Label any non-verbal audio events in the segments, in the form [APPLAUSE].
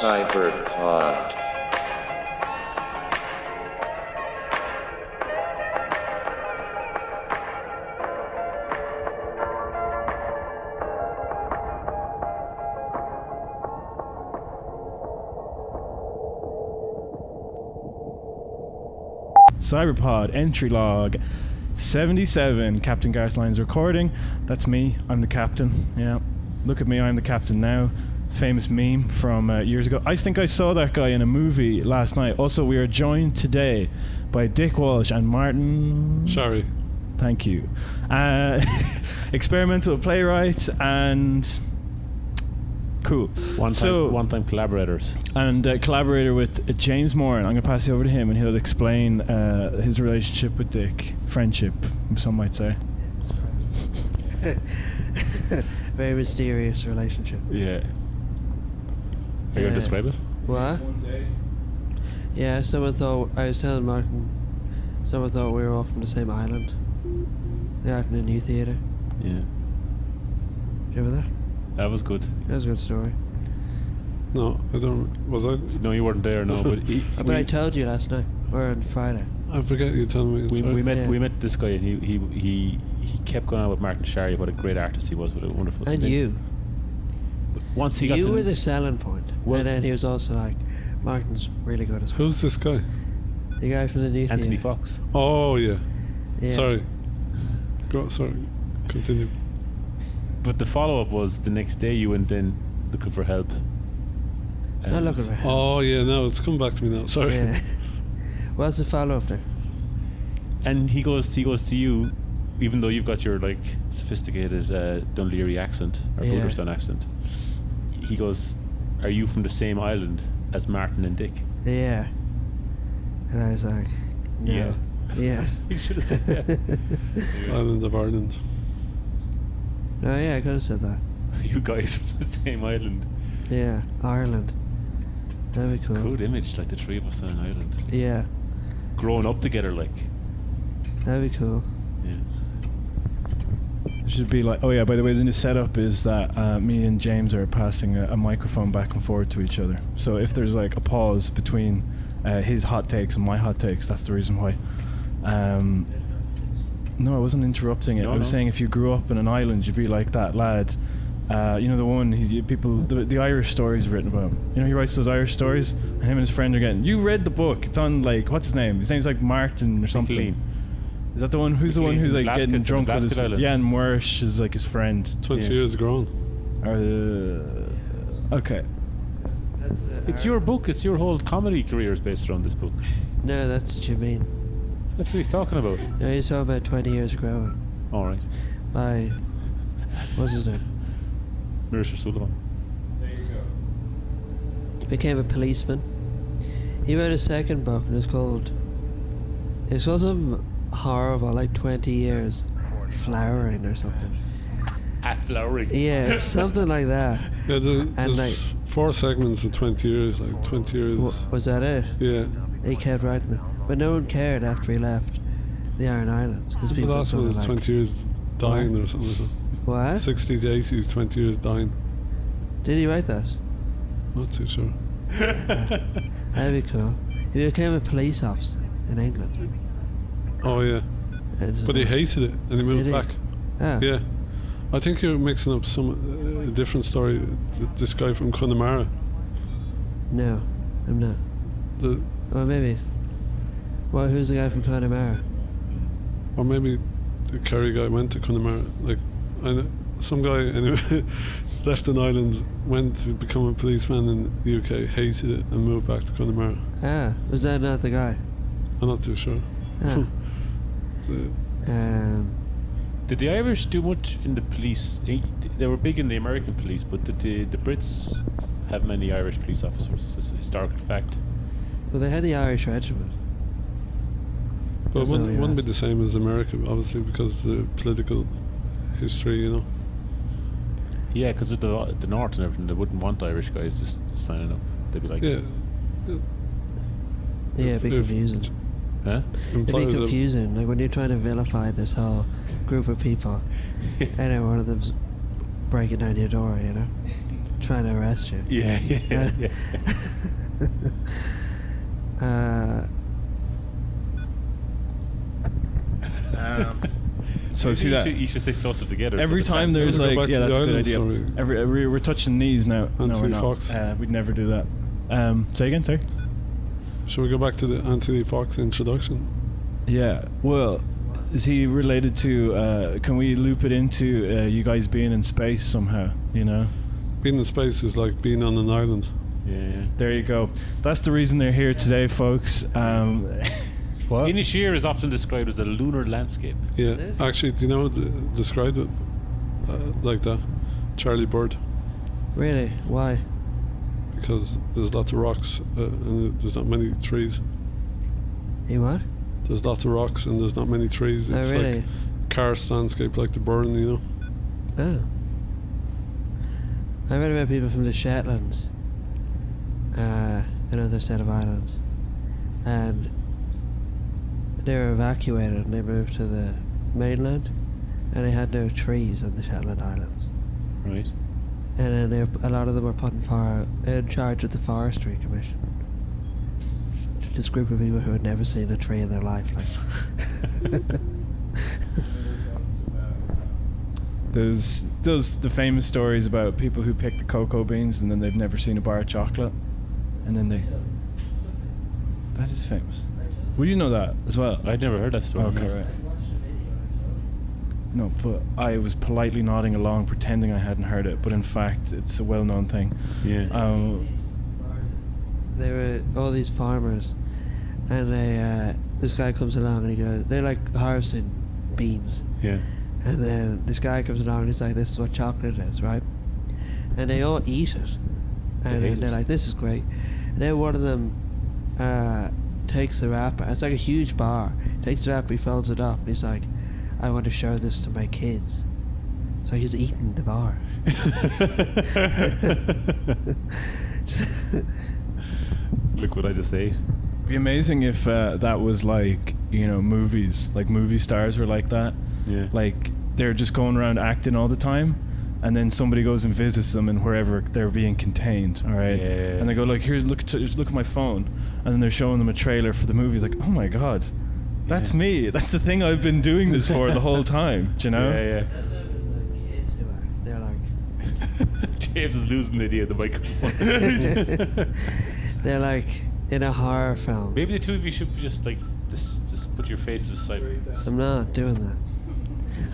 Cyberpod. Cyberpod entry log 77. Captain Garth Lines recording. That's me. I'm the captain. Yeah. Look at me. I'm the captain now. Famous meme from uh, years ago. I think I saw that guy in a movie last night. Also, we are joined today by Dick Walsh and Martin. Sorry. Thank you. Uh, [LAUGHS] experimental playwright and. Cool. One time, So- one time collaborators. and uh, collaborator with uh, James Moore. And I'm going to pass you over to him, and he'll explain uh, his relationship with Dick, friendship, some might say. [LAUGHS] Very mysterious relationship. Yeah. Are you Yeah. gonna describe it? What? Yeah, someone thought I was telling Martin. Someone thought we were all from the same island. They opened a new theater. Yeah. Do you remember that? That was good. That was a good story. No, I don't. Was I? No, you weren't there, no. But [LAUGHS] he, I we, bet I told you last night or on Friday. I forget you told me. we, sorry. we met Yeah. we met this guy and he he, he he kept going on with Martin Shari what a great artist he was what a wonderful And thing. you, But once he got you to were the selling point. Well- and then he was also like, Martin's really good as well. Who's this guy? The guy from the new theater. Anthony Fox Oh yeah. Yeah. Sorry. Go. Sorry. Continue. but the follow up was the next day you went in looking for help Not looking for him. Oh yeah. No, it's come back to me now. Sorry. [LAUGHS] Yeah. What's the follow up there? and he goes he goes to you even though you've got your like sophisticated uh, Dunleary accent or Yeah. Boulderstone accent he goes are you from the same island as Martin and Dick Yeah. And I was like, no. Yeah. Yes. [LAUGHS] You should've said [LAUGHS] that. [LAUGHS] Island of Ireland. Oh yeah, I could have said that. are you guys from the same island Yeah, Ireland. That'd be it's cool. a good image like the three of us on an island Yeah, growing up together like that'd be cool. yeah It should be like, oh yeah, by the way, the new setup is that uh, me and James are passing a, a microphone back and forth to each other. So if there's like a pause between uh, his hot takes and my hot takes, that's the reason why. Um, no, I wasn't interrupting it. No, I was no. saying if you grew up in an island, you'd be like that lad. Uh, you know the one he, you- people the, the Irish stories written about him. You know he writes those Irish stories, and him and his friend are getting. You read the book? It's on like what's his name? His name's like Martin or something. McLean. Is that the one? Who's the one McLean, who's like Blasket getting from the drunk with his Blasket Island. yeah? And Marsh is like his friend. Twenty Yeah. years grown. Or, uh, okay. It's your book. It's your whole comedy career is based around this book. No, that's what you mean. That's what he's talking about. No, you're talking about 20 years growing All right, by. What's his name? Mercer Sullivan. He became a policeman. He wrote a second book and it's called. It's called something horrible, like 20 years flowering or something. At flowering. Yeah, [LAUGHS] something like that. Yeah. There, there's like- four segments of twenty years. Like twenty years. W- was that it? yeah. He kept writing it. But no one cared after he left the Iron Islands. Because The people last sort one of is like, twenty years dying or something. Like that. What? Sixty to eighties. Twenty years dying. Did he write that? Not too sure. That'd be cool. He became a police officer in England. Oh yeah. And But he hated it and he Did moved he? back. Ah, Yeah. I think you're mixing up some uh, different story. Th- This guy from Connemara. No, I'm not. The, Or maybe. Well, who's the guy from Connemara? or maybe the Kerry guy went to Connemara. Like, I know, some guy anyway, [LAUGHS] left an island, went to become a policeman in the UK, hated it, and moved back to Connemara. Ah, was that not the guy? I'm not too sure. Ah. The- [LAUGHS] um, Did the Irish do much in the police? Eh, They were big in the American police, but did the, the Brits have many Irish police officers? It's a historical fact. well, they had the Irish regiment. but it That's wouldn't, all it he wouldn't be asked. the same as America, obviously, because the political history, you know. Yeah, because of the the north and everything, they wouldn't want Irish guys just signing up. They'd be like, Yeah. It Yeah, it'd be If- confusing. huh? It'd be implies that- confusing. Like when you're trying to vilify this whole [LAUGHS] group of people, and then one of them's breaking down your door, you know? trying to arrest you. Yeah, yeah, yeah. [LAUGHS] uh, Um, so You see should- that You should stay closer together. so every the time fans there's We're know. gonna like go back yeah, to that's the a good island idea. story. Every, every, we're touching knees now. no, we're Anthony not. Fox. Uh, we'd never do that. Um, say again, sorry. Should we go back to the Anthony Fox introduction? Yeah. Well, is he related to? Uh, can we loop it into uh, you guys being in space somehow? You know. Being in space is like being on an island. Yeah. There you go. That's the reason they're here today, folks. Um, [LAUGHS] what? Inishir is often described as a lunar landscape. Yeah, it? actually, do you know how to describe it uh, like that? Charlie Bird, really? Why? because there's lots of rocks uh, and there's not many trees. You what? There's lots of rocks and there's not many trees. Oh, It's really? like karst landscape, like the burn, you know. Oh. I read about people from the Shetlands, uh, another set of islands, and they were evacuated and they moved to the mainland, and they had no trees on the Shetland Islands. Right. And then they were- a lot of them were put in, fire, in charge of the Forestry Commission. This group of people who had never seen a tree in their life, like. [LAUGHS] Those those the famous stories about people who pick the cocoa beans and then they've never seen a bar of chocolate, and then they. That is famous. Well, you know that as well. I'd never heard that story. Okay, no. right. No, but I was politely nodding along, pretending I hadn't heard it. But in fact, it's a well-known thing. Yeah. Um, they were all these farmers, and they, uh, this guy comes along and he goes, they're like harvesting beans, [LAUGHS] yeah. and then this guy comes along and he's like, this is what chocolate is, right? And they all eat it, and They hate then they're it. like, this is great. And then one of them uh, takes the wrapper. It's like a huge bar. Takes the wrapper, he folds it up, and he's like, I want to show this to my kids. So he's eating the bar. [LAUGHS] Look what I just ate. It'd be amazing if uh, that was like you know movies, like movie stars were like that. Yeah. Like they're just going around acting all the time, and then somebody goes and visits them and wherever they're being contained. All right. Yeah. And they go like, here's look to, look at my phone, and then they're showing them a trailer for the movie. It's like, oh my god, that's Yeah. me. That's the thing I've been doing this for the whole time. Do you know? Yeah, yeah. [LAUGHS] They're like, [LAUGHS] James is losing the idea of the [LAUGHS] microphone. They're like in a horror film. Maybe the two of you should just like just, just put your faces side. I'm not doing that.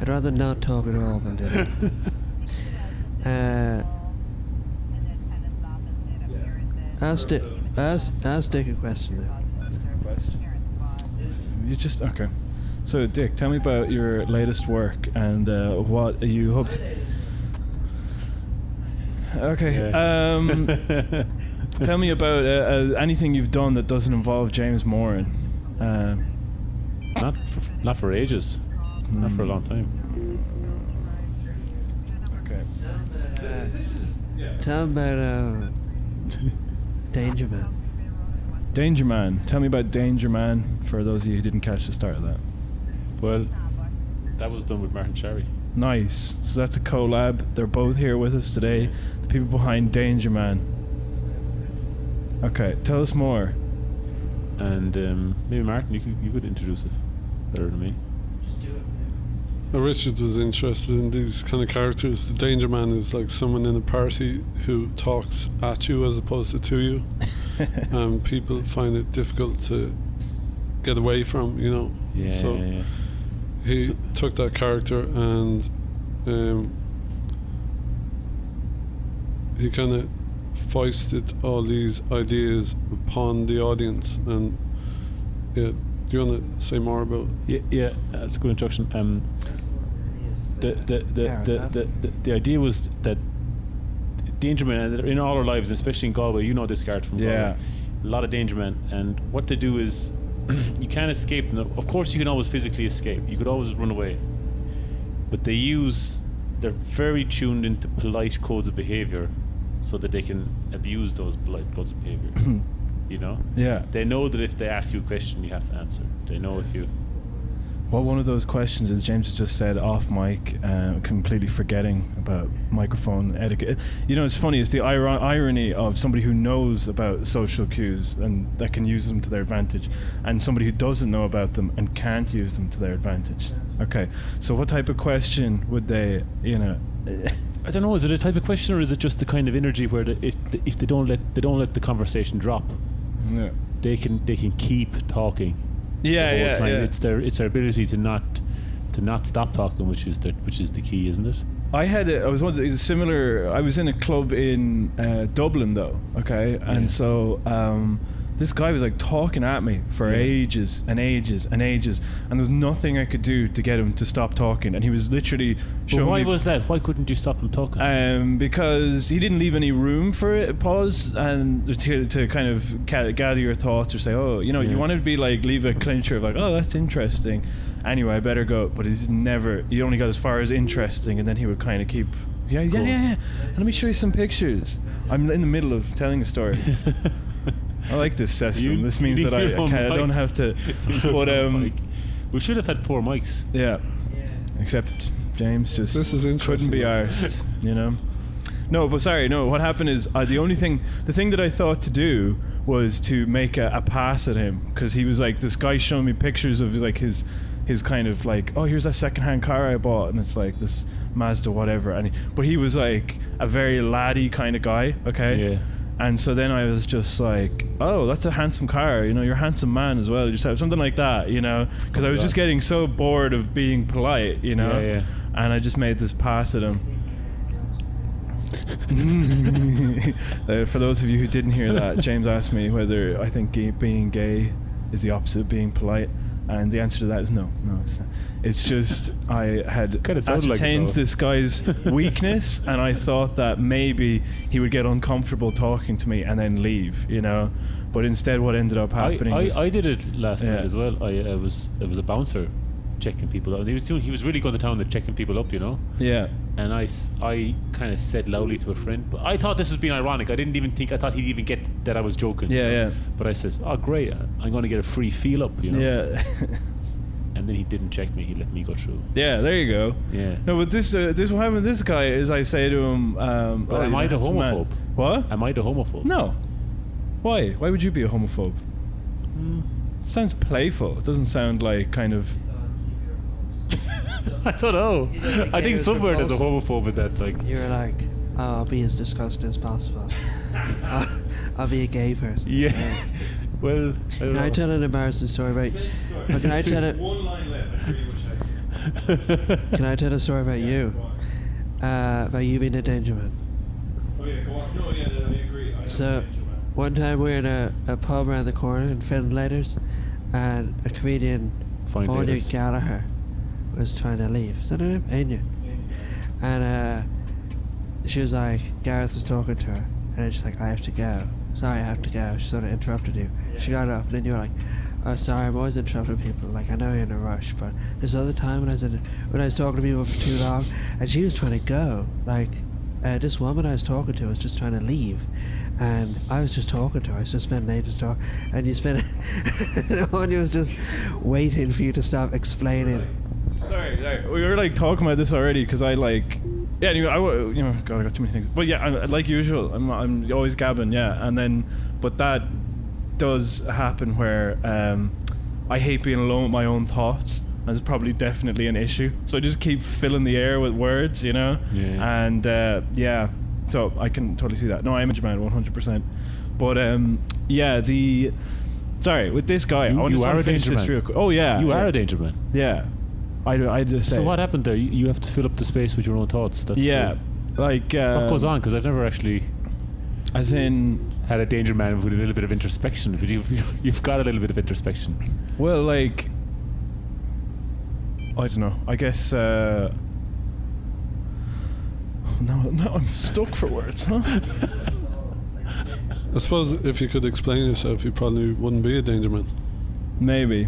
I'd rather not talk at all than do that. [LAUGHS] Uh, ask, Di- ask, ask Dick a question though. You just okay. So Dick, tell me about your latest work and uh, what you hope to. Okay. Um, Yeah. [LAUGHS] tell me about uh, uh, anything you've done that doesn't involve James Moran. Uh, Not for, not for ages. Not for a long time. okay. Tell him about uh, Danger Man. Danger Man. Tell me about Danger Man for those of you who didn't catch the start of that. Well, that was done with Martin Cherry. Nice. So that's a collab. They're both here with us today. The people behind Danger Man. Okay, tell us more. [LAUGHS] And um, maybe Martin, you could you could introduce it better than me. Uh, Richard was interested in these kind of characters. The Danger Man is like someone in a party who talks at you as opposed to to you. um, people find it difficult to get away from, you know. Yeah. so yeah, yeah. he So- took that character and um, he kind of foisted all these ideas upon the audience. And yeah, do you want to say more about? Yeah, yeah, that's a good introduction. Um, the, the, the, Aaron, the, that's- the, the, the idea was that danger men in all our lives, and especially in Galway, you know this card from Galway. Yeah. A lot of danger men, and what they do is [CLEARS THROAT] you can't escape them. Of course, you can always physically escape. You could always run away, but they use they're very tuned into polite codes of behavior, so that they can abuse those polite codes of [CLEARS THROAT] behavior. you know, Yeah. they know that if they ask you a question, you have to answer. They know if you Well, one of those questions is James has just said off mic, uh, completely forgetting about microphone etiquette. You know, it's funny. It's the iron- irony of somebody who knows about social cues and that can use them to their advantage, and somebody who doesn't know about them and can't use them to their advantage. Okay, so what type of question would they, you know? [LAUGHS] I don't know. Is it a type of question, or is it just the kind of energy where the, if the, if they don't let they don't let the conversation drop, yeah, they can they can keep talking. the yeah, whole yeah, time. yeah. It's their it's their ability to not to not stop talking, which is the which is the key, isn't it? I had a, I was once it's similar. I was in a club in uh, Dublin though, okay, and Yeah. so um, this guy was like talking at me for Yeah. ages and ages and ages, and there was nothing I could do to get him to stop talking, and he was literally But showing why me was that? Why couldn't you stop them talking? [LAUGHS] um, because he didn't leave any room for it, pause, and to, to kind of ca- gather your thoughts or say, oh, you know, Yeah. you want to be like, leave a clincher of like, oh, that's interesting. Anyway, I better go. But he's never, you only got as far as interesting, and then he would kind of keep, yeah, yeah, Cool. yeah, yeah. Let me show you some pictures. I'm in the middle of telling a [LAUGHS] story. I like this system. You this means leave that I, your own can, I mic. don't have to. Leave [LAUGHS] your But, own um, mic. we should have had four mics. yeah. Except James just This is couldn't interesting. be [LAUGHS] ours, you know. No, but sorry, no. What happened is uh, the only thing, the thing that I thought to do was to make a, a pass at him because he was like this guy showing me pictures of like his his kind of like oh here's that secondhand car I bought and it's like this Mazda whatever and he, but he was like a very laddie kind of guy, okay. Yeah. And so then I was just like, "Oh, that's a handsome car. You know, you're a handsome man as well yourself, something like that. You know, because I was just God. getting so bored of being polite. You know, Yeah, yeah. and I just made this pass at him. [LAUGHS] [LAUGHS] Uh, For those of you who didn't hear that, James asked me whether I think gay, being gay is the opposite of being polite, and the answer to that is no. No, it's not. It's just I had Kinda sounded like it, ascertained though. this guy's [LAUGHS] weakness, and I thought that maybe he would get uncomfortable talking to me and then leave, you know. But instead, what ended up I, happening? was- I, I did it last Yeah. night as well. I, I was I was a bouncer checking people out. And he was doing, he was really going to town to checking people up, you know. yeah, And I, s- I kind of said loudly to a friend, but I thought this was being ironic. I didn't even think I thought he'd even get that I was joking. yeah, yeah, But I says, "Oh great, I- I'm going to get a free feel up," you know. yeah. [LAUGHS] And then he didn't check me. He let me go through. Yeah, there you go. Yeah. No, but this uh, this what happened to this guy is I say to him, um, But am you I the handsome man. homophobe? What? Am I the homophobe? [LAUGHS] no. Why? Why would you be a homophobe? Mm. It sounds playful. It doesn't sound like kind of. [LAUGHS] I don't know. doesn't I get think it, it's somewhere there's a repulsive. homophobe in that. Like, You were like, oh, I'll be as disgusting as possible. [LAUGHS] I'll, I'll be a gay person. yeah. [LAUGHS] well, I don't Can know. I tell [LAUGHS] an embarrassing story about? But can I tell it? line left. Can I tell a story about you? Uh, about you being a danger man. Oh yeah, go on. No, yeah, I agree. So, one time we were in a, a pub around the corner in Findlaters, and a comedian, Findlaters. Anya Gallagher, was trying to leave. Is that her name? Anya. And uh, she was like, Gareth was talking to her, and she's like, I have to go. Sorry, I have to go. She sort of interrupted you. She got up, and then you were like, Oh, sorry, I'm always interrupting people. Like, I know you're in a rush, but this other time when I was in, when I was talking to people for too long, and she was trying to go. Like, uh, this woman I was talking to was just trying to leave, and I was just talking to her. I was just spending ages talking, and you spent, [LAUGHS] and Anya was just waiting for you to stop explaining. Sorry, sorry. We were like talking about this already because I like. Yeah, anyway, I, wa- you know, God, I got too many things. But yeah, I, like usual, I'm, I'm always gabbing, yeah. And then, but that does happen where um, I hate being alone with my own thoughts. That's probably definitely an issue. So I just keep filling the air with words, you know? Yeah. And uh, yeah, so I can totally see that. No, I am a German, 100%. But um, yeah, the. Sorry, with this guy, You- I just you want are to a finish danger this man. real quick. Oh, yeah. you are Uh, yeah. a danger man. Yeah. I, I just say. So what happened there? You, you have to fill up the space with your own thoughts. That's Yeah. the- Like. Uh, what goes on? Because I've never actually As in. had a danger man with a little bit of introspection. But you've [LAUGHS] you've got a little bit of introspection. Well, like. I don't know. I guess. Uh, [SIGHS] no, no, I'm stuck for words, huh? [LAUGHS] I suppose if you could explain yourself, you probably wouldn't be a danger man. Maybe.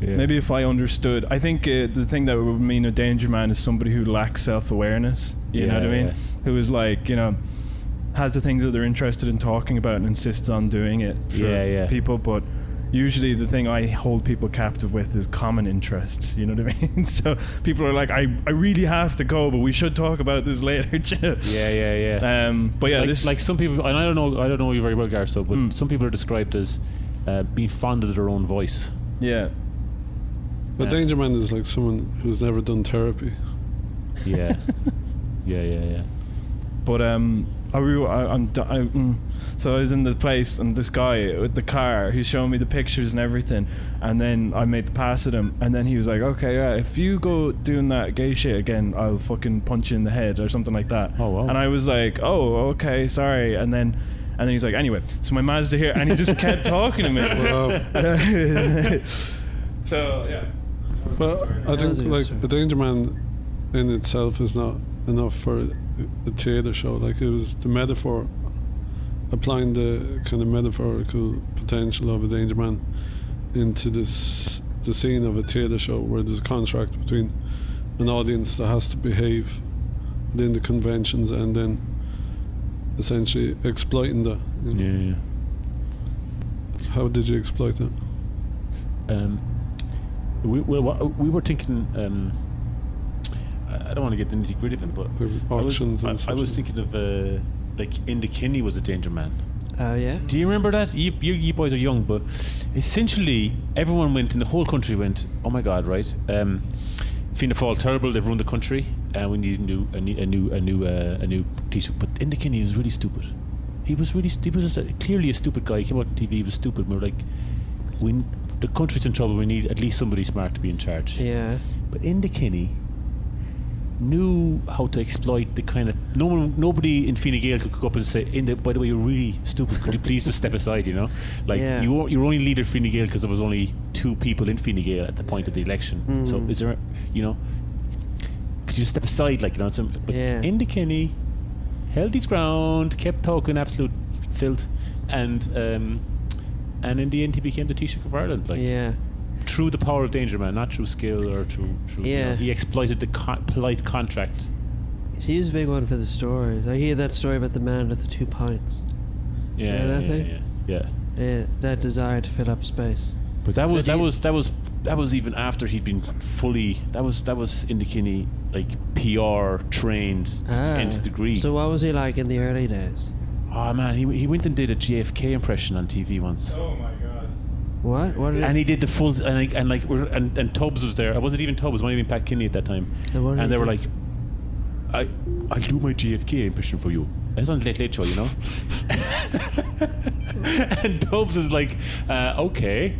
Yeah. Maybe if I understood. I think uh, the thing that would mean a danger man is somebody who lacks self awareness. You know Yeah, what I mean? yeah. Who is like, you know, has the things that they're interested in talking about and insists on doing it for Yeah, yeah. people, but usually the thing I hold people captive with is common interests. You know what I mean? [LAUGHS] So people are like, I, I really have to go, but we should talk about this later. [LAUGHS] Yeah, yeah, yeah. Um, but yeah, like, this like some people, and I don't know, I don't know you very well, Garso, but Mm. some people are described as uh, being fond of their own voice. yeah. A Yeah. danger man is like someone who's never done therapy. [LAUGHS] Yeah, yeah, yeah, yeah. But um, I, re- I, I'm, d- I, mm. so I was in the place, and this guy with the car, he's showing me the pictures and everything, and then I made the pass at him, and then he was like, "Okay, yeah, if you go doing that gay shit again, I'll fucking punch you in the head or something like that." Oh, wow. And I was like, "Oh, okay, sorry," and then. And then he's like, anyway, so my Mazda here, and he [LAUGHS] just kept talking to me. Wow. [LAUGHS] so yeah, Well, I think How's it, like sir? a danger man in itself is not enough for a, a theatre show. Like it was the metaphor, applying the kind of metaphorical potential of a danger man into this the scene of a theatre show where there's a contract between an audience that has to behave within the conventions and then essentially exploiting that. you know. Yeah, yeah. How did you exploit that? Um, we, well, wha- we were thinking. Um, I I don't want to get the nitty gritty of it, but Of I was, auctions and I, I was such. thinking of uh, like Inda Kinney was a danger man. Oh yeah. Do you remember that? You, you, you boys are young, but essentially everyone went in the whole country went, oh my god, right? Um, Fianna Fáil, terrible. They've ruined the country, and we need a new, a new, a new, a new, uh, a new teacher. But Enda Kenny was really stupid. He was really, st- he was a, s- clearly a stupid guy. He came out on TV, he was stupid. We were like, we, the country's in trouble. We need at least somebody smart to be in charge. yeah. But Enda Kenny knew how to exploit the kind of no one, nobody in Fine Gael could go up and say, "Inda, by the way, you're really stupid. Could you please just step aside?" You know, like Yeah. you were, you were only leader of Fine Gael because there was only two people in Fine Gael at the point of the election. So Mm. is there, you know, could you just step aside, like you know? Some, but Yeah. Enda Kenny held his ground, kept talking absolute filth, and um, and in the end he became the Taoiseach of Ireland. Like yeah. through the power of danger man not through skill or through, through you know, Yeah. he exploited the co- polite contract See, he's a big one for the stories. I hear that story about the man with the two pints. yeah Yeah, that yeah, thing? yeah, yeah. Yeah, that desire to fill up space. but that was do that you- was that was that was even after he'd been fully that was that was in the kidney like PR trained to the nth degree Ah. So what was he like in the early days? oh man he, he went and did a JFK impression on TV once Oh my god. What? What? Did and he did the full and like, and like we're, and, and Tubbs was there. I wasn't even Tubbs. I wasn't even Pat Kinney at that time. And what did And he they were do? like, "I I'll do my GFK impression for you." That's on Late Late Show, you know. [LAUGHS] and Tubbs is like, uh, "Okay."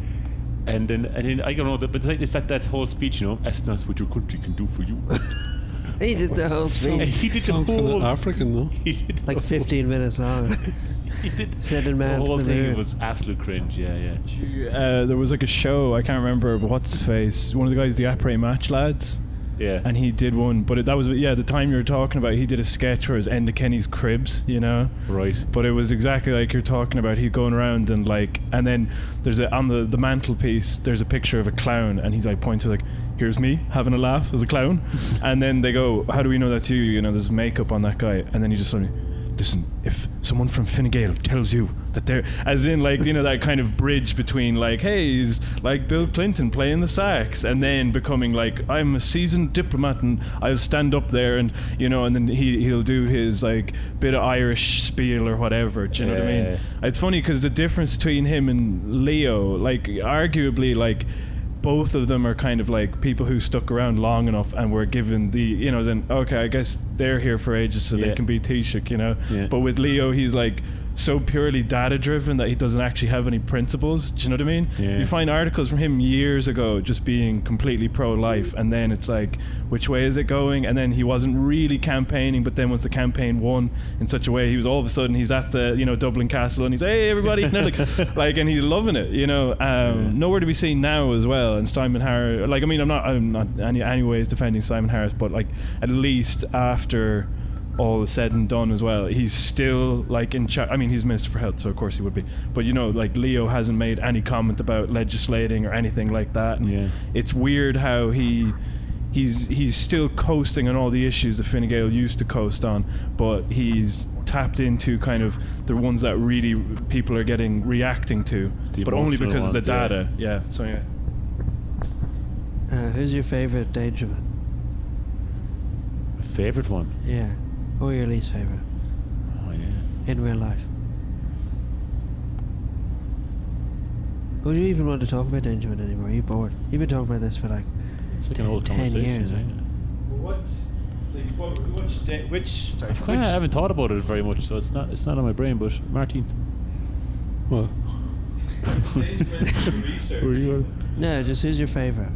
And then, and then I don't know, but it's like that whole speech, you know, as that's what your country can do for you. [LAUGHS] he did the whole and [LAUGHS] speech, he did Sounds the kind whole of African, though. He did the like whole- 15 [LAUGHS] minutes long. he did Sending man the to whole the thing moon. was absolute cringe. Yeah, yeah. Uh, there was like a show I can't remember what's face. One of the guys, the Apre Match lads. Yeah. and he did one. But it, that was yeah, the time you were talking about. He did a sketch where it was Enda Kenny's cribs, you know. right. But it was exactly like you're talking about. He going around and like, and then there's a on the the mantelpiece. There's a picture of a clown, and he's like points to like, here's me having a laugh as a clown. and then they go, how do we know that's you? You know, there's makeup on that guy, and then he just suddenly. Listen, if someone from Fine Gael tells you that they're, as in like you know that kind of bridge between like, hey, he's like Bill Clinton playing the sax, and then becoming like, I'm a seasoned diplomat and I'll stand up there and you know, and then he he'll do his like bit of Irish spiel or whatever. Do you know what I mean? Yeah. It's funny because the difference between him and Leo, like arguably, like both of them are kind of like people who stuck around long enough and were given the you know then okay I guess they're here for ages so Yeah. they can be Taoiseach, you know. Yeah. But with Leo, he's like so purely data driven that he doesn't actually have any principles. Do you know what I mean? Yeah. You find articles from him years ago just being completely pro life, and then it's like, which way is it going? And then he wasn't really campaigning, but then once the campaign won in such a way, he was all of a sudden he's at the you know Dublin Castle and he's hey everybody, you know, [LAUGHS] like, like and he's loving it, you know. Um, Nowhere to be seen now as well. And Simon Harris, like I mean, I'm not I'm not any anyways defending Simon Harris, but like at least after all is said and done as well, he's still like in charge. I mean, he's Minister for Health, so of course he would be. But you know, like Leo hasn't made any comment about legislating or anything like that. And Yeah. It's weird how he. He's he's still coasting on all the issues that Fine Gael used to coast on, but he's tapped into kind of the ones that really people are getting reacting to, The but only emotional because of the ones, yeah. data. Yeah. So anyway, Uh, who's your favorite Dangerman? Favorite one? Yeah. Or your least favorite Oh yeah. in real life? Would you even want to talk about Dangerman anymore? You're bored. You've been talking about this for like It's like ten, an old 10 conversation. years. yeah. eh? what, like, what, which, da- which, sorry, I've kinda, I haven't thought about it very much, so it's not it's not on my brain. But Martin, [LAUGHS] Well, Research. Were you on- No, just who's your favorite?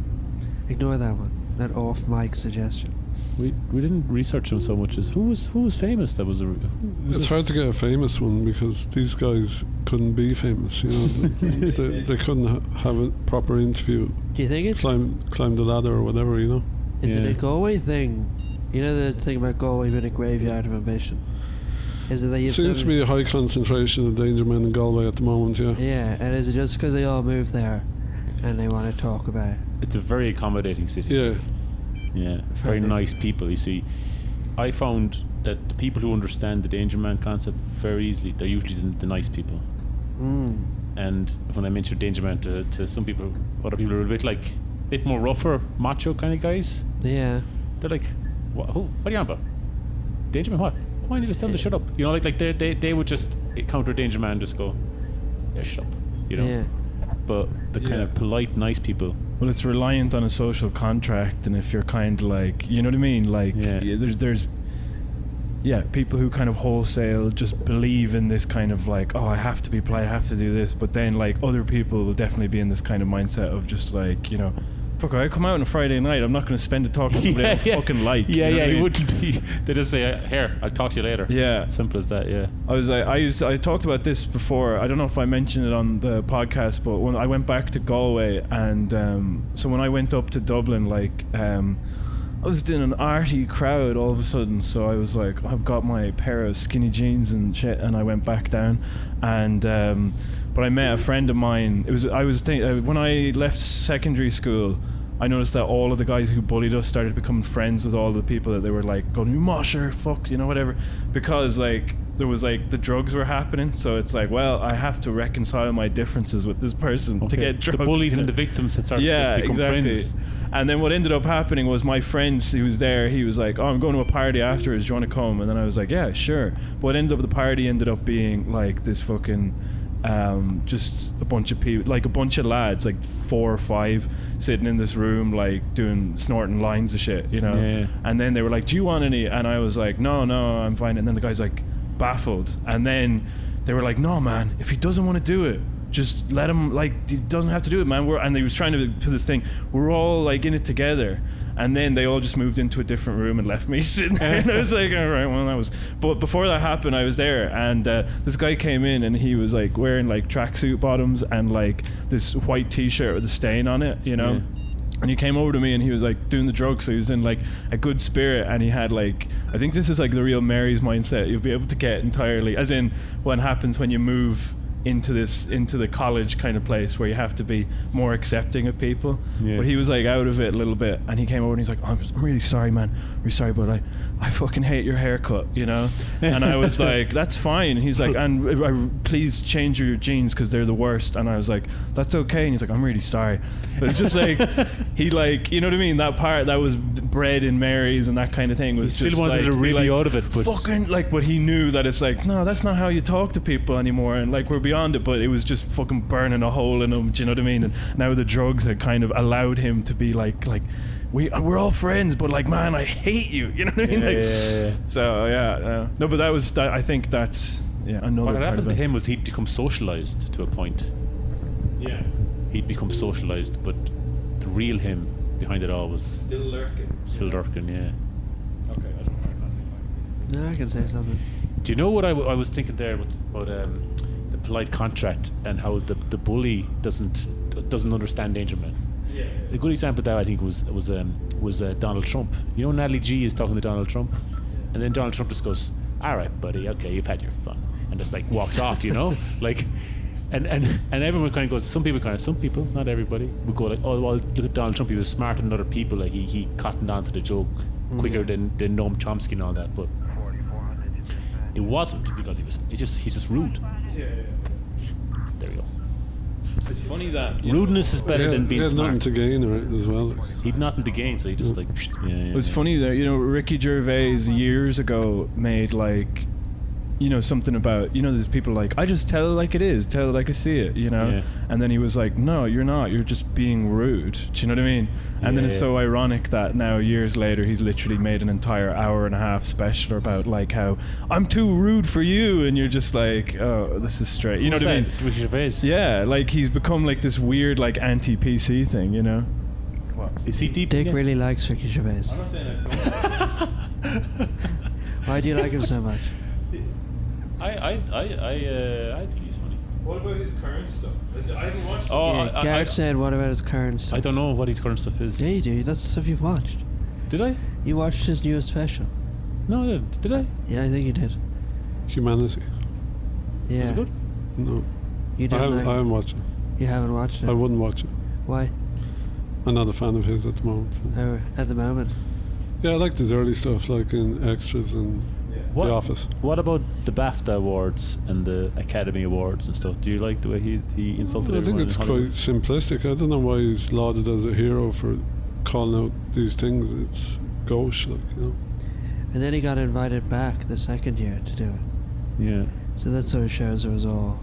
Ignore that one. That off mic suggestion. we we didn't research him so much as who was who was famous that was a. Who was it's a- hard to get a famous one because these guys couldn't be [LAUGHS] famous. You know, they, they couldn't ha- have a proper interview, Do you think it's climb climb the ladder or whatever. You know. is it Yeah. a Galway thing? You know the thing about Galway being a graveyard of ambition? Is it that you It seems to be a high concentration of danger men in Galway at the moment. Yeah. Yeah, and is it just because they all moved there and they want to talk about it? It's a very accommodating city. Yeah. Yeah, very Friendly. nice people. You see, I found that the people who understand the danger man concept very easily, they're usually the, the nice people. Mm. And when I mentioned danger man to, to some people, other people are a bit like, bit more rougher, macho kind of guys. Yeah. They're like, what? Who? What are you on about? Danger man? What? Why don't you just tell them to shut up? You know, like like they they they would just counter danger man, and just go, yeah, shut up. You know. Yeah. But the kind Yeah. of polite, nice [LAUGHS] people. Well, it's reliant on a social contract, and if you're kind of like, you know what I mean, like, Yeah. y- there's, there's, yeah, people who kind of wholesale just believe in this kind of like, oh, I have to be polite, I have to do this, but then like other people will definitely be in this kind of mindset of just like, you know, fuck, I come out on a Friday night, I'm not going to spend it talking to [LAUGHS] somebody I don't fucking like. you Yeah, know yeah, what I it mean? wouldn't be. [LAUGHS] They just say, uh, "Here, I'll talk to you later." Yeah. simple as that. Yeah, I was like, I used I talked about this before. I don't know if I mentioned it on the podcast, but when I went back to Galway, and um, so when I went up to Dublin, like um, I was in an arty crowd all of a sudden. So I was like, I've got my pair of skinny jeans and shit, and I went back down, and um, but I met a friend of mine. It was I was think, uh, when I left secondary school. I noticed that all of the guys who bullied us started becoming friends with all the people that they were like going, "You mosher, fuck, you know, whatever," because like there was like the drugs were happening, so it's like, well, I have to reconcile my differences with this person to Okay. get drugs. the bullies you know? and the victims had started yeah, to become exactly. friends. And then what ended up happening was my friend who was there, he was like, Oh, I'm going to a party afterwards. Do you want to come? And then I was like, Yeah, sure. But what ended up, the party ended up being like this fucking, um, just a bunch of people, like a bunch of lads, like four or five, sitting in this room, like doing snorting lines of shit, you know? Yeah. And then they were like, Do you want any? And I was like, No, no, I'm fine. And then the guy's like, baffled. And then they were like, no, man, if he doesn't want to do it, just let him, like, he doesn't have to do it, man. We're, and he was trying to do this thing. We're all, like, in it together. And then they all just moved into a different room and left me [LAUGHS] sitting there. And I was like, all right, well, that was. But before that happened, I was there. And uh, this guy came in and he was, like, wearing, like, tracksuit bottoms and, like, this white t shirt with a stain on it, you know? Yeah. And he came over to me and he was like doing the drugs, so he was in like a good spirit and he had like I think this is like the real Mary's mindset you'll be able to get entirely as in what happens when you move into this into the college kind of place where you have to be more accepting of people. Yeah. But he was like out of it a little bit and he came over and he's like, "Oh, I'm, I'm really sorry man, I'm really sorry but I, I fucking hate your haircut, you know? And I was like, That's fine. And he's like, And I, please change your jeans because they're the worst and I was like, That's okay and he's like, I'm really sorry. But it's just [LAUGHS] like he like you know what I mean. That part that was bred in Mary's and that kind of thing was still just wanted like, to be really like, out of it, but- fucking like. But he knew that it's like no, that's not how you talk to people anymore, and like we're beyond it. But it was just fucking burning a hole in him. Do you know what I mean? And now the drugs had kind of allowed him to be like like we we're all friends, but like man, I hate you. You know what I mean? Yeah, like, yeah, yeah, yeah. So yeah, uh, no, but that was that. I think that's yeah another What had part happened of to it. him was he'd become socialized to a point. Yeah, He'd become socialized, but the real him behind it all was still lurking. still lurking. Yeah. Okay, I don't know. No, I can say something. Do you know what I, w- I was thinking there with, about um, the polite contract and how the, the bully doesn't doesn't understand danger man. Yeah. A good example of that I think was was um, was uh, Donald Trump. You know, Natalie G is talking to Donald Trump, and then Donald Trump just goes, "All right, buddy, okay, you've had your fun," and just like walks off. You know, like, and and and everyone kind of goes. Some people kind of, some people, not everybody, would go like, "Oh, well, look at Donald Trump. He was smarter than other people. Like he he cottoned onto the joke quicker than than Noam Chomsky and all that." But It wasn't because he was. He just. He's just rude. There we go. It's funny that rudeness is better Yeah, than being yeah, smart. nothing to gain or as well. He'd nothing to gain, so he just like. Yeah, yeah, It was yeah. funny that you know Ricky Gervais years ago made like, you know something about you know there's people like I just tell it like it is, tell it like I see it, you know, Yeah. and then he was like, no, you're not, you're just being rude. Do you know what I mean? And then it's Yeah. so ironic that now years later he's literally made an entire hour and a half special about like how I'm too rude for you, and you're just like, oh, this is straight. You know Who's what I mean? that? Ricky Gervais. Yeah, like he's become like this weird like anti PC thing, you know. What? Is he deep? Dick again? really likes Ricky Gervais. [LAUGHS] Why do you like him so much? I I I I, uh, I think he's funny. What about his current stuff? I haven't watched. [LAUGHS] Oh, yeah, I, I, I, Garrett said, what about his current stuff? I don't know what his current stuff is. Yeah, you do. That's stuff you've watched. Did I? You watched his newest special. No, I didn't. did I? Yeah, I think you did. Humanity. Yeah. Is it good? No, You I didn't haven't, like I haven't watched it. You haven't watched it. I wouldn't watch it. Why? I'm not a fan of his at the moment. Oh, at the moment. Yeah, I liked his early stuff, like in Extras and What, The Office. What about the BAFTA awards and the Academy Awards and stuff? Do you like the way he he insulted? I think everyone in it's quite Hollywood? simplistic. I don't know why he's lauded as a hero for calling out these things. It's gauche, like you know. And then he got invited back the second year to do it. Yeah. So that sort of shows it was all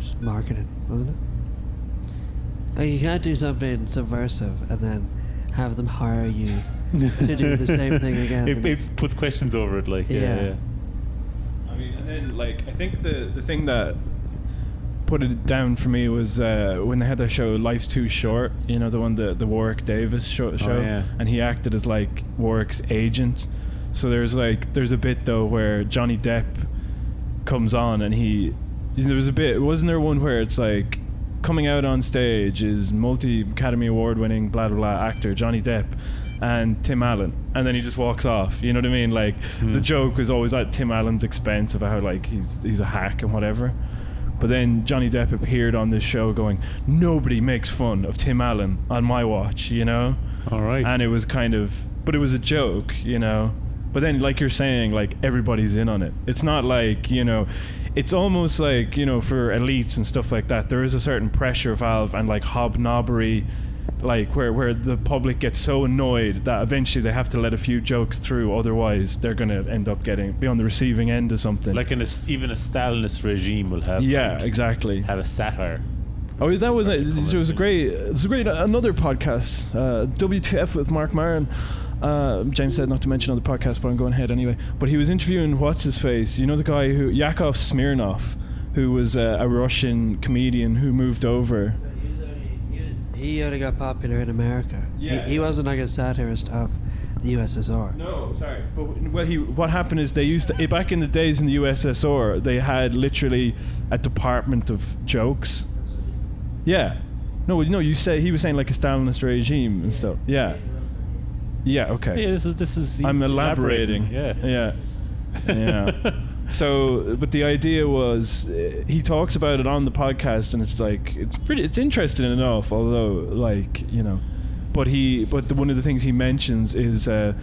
just marketing, wasn't it? Like you can't do something subversive and then have them hire you. To do the same thing again. it, it puts questions over it, like yeah. Yeah. yeah. I mean, and then like I think the the thing that put it down for me was uh, when they had their show "Life's Too Short." You know, the one the the Warwick Davis show, show yeah. and he acted as like Warwick's agent. So there's like there's a bit though where Johnny Depp comes on and he there was a bit wasn't there one where it's like coming out on stage is multi Academy Award winning blah blah blah actor Johnny Depp and Tim Allen and then he just walks off you know what I mean like Hmm. the joke was always at Tim Allen's expense of how like he's he's a hack and whatever but then Johnny Depp appeared on this show going nobody makes fun of Tim Allen on my watch you know All [LAUGHS] right. and it was kind of but it was a joke you know but then like you're saying like everybody's in on it it's not like you know it's almost like you know for elites and stuff like that there is a certain pressure valve and like hobnobbery like where where the public gets so annoyed that eventually they have to let a few jokes through otherwise they're going to end up getting be on the receiving end of something like an est- even a Stalinist regime will have yeah like, exactly have a satire. Oh, that was Right, it. comments, It was a yeah. great. It was a great uh, another podcast. Uh, WTF with Mark Maron. Uh, James said not to mention on the podcast, but I'm going ahead anyway. But he was interviewing what's his face. You know the guy who Yakov Smirnov, who was a, a Russian comedian who moved over. He only got popular in America. Yeah. He, he wasn't like a satirist of the USSR. No, sorry. But w- well, he, what happened is they used to, eh, back in the days in the USSR, they had literally a department of jokes. Yeah. No, no. You say he was saying like a Stalinist regime and stuff. Yeah. Yeah. Okay. Yeah, this is this is. I'm he's elaborating. Yeah. Yeah. [LAUGHS] Yeah. So, but the idea was, uh, he talks about it on the podcast, and it's like it's pretty, it's interesting enough. Although, like you know, but he, but the, one of the things he mentions is uh,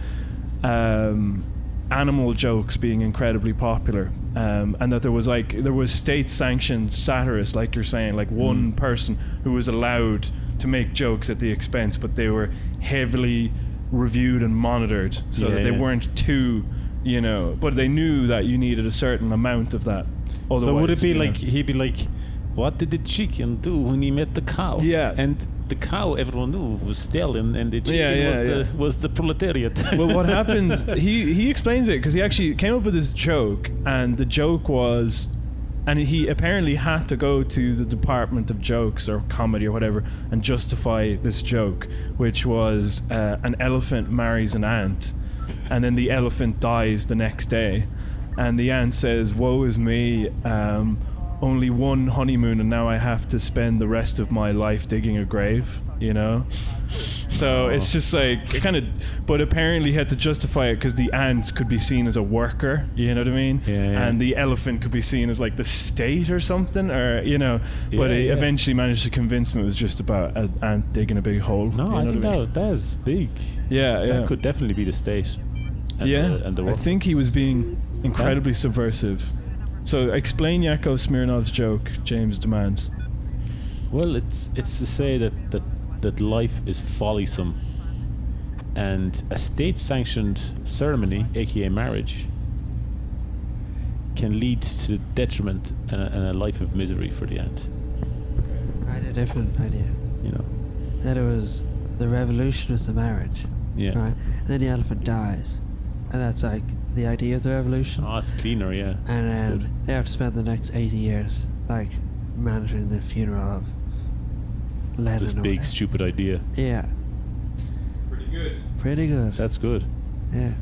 um, animal jokes being incredibly popular, um, and that there was like there was state-sanctioned satirists, like you're saying, like one Mm. person who was allowed to make jokes at the expense, but they were heavily reviewed and monitored so Yeah, that they yeah. weren't too, you know. But they knew that you needed a certain amount of that. Otherwise, so would it be you know. like he'd be like, "What did the chicken do when he met the cow?" Yeah. and the cow everyone knew was Stalin, and the chicken Yeah, yeah, was the yeah. was the proletariat. [LAUGHS] well, what happened? He he explains it because he actually came up with this joke, and the joke was, and he apparently had to go to the Department of Jokes or Comedy or whatever and justify this joke, which was uh, an elephant marries an ant, and then the elephant dies the next day, and the ant says, "Woe is me." Um, only one honeymoon, and now I have to spend the rest of my life digging a grave. You know, so it's just like kind of, but apparently he had to justify it because the ant could be seen as a worker, you know what I mean? Yeah, yeah. And the elephant could be seen as like the state or something, or you know. but Yeah, he yeah. eventually managed to convince him it was just about an ant digging a big hole. [LAUGHS] no, you I know think what mean? that that is big. Yeah, yeah. That could definitely be the state. And yeah, the, and the I work. think he was being incredibly subversive. So explain Yakov Smirnov's joke, James demands. Well, it's it's to say that that, that life is follisome, and a state-sanctioned ceremony, aka marriage, can lead to detriment and a, and a life of misery for the aunt. I had a different idea. You know, That it was the revolution is the marriage. yeah. Right? And then the elephant dies. And that's like the idea of the revolution. Oh, it's cleaner, yeah. and It's good. then they have to spend the next 80 years like managing the funeral of Lenin. this or big whatever. stupid idea. Yeah, Pretty good. pretty good. That's good. [LAUGHS] yeah.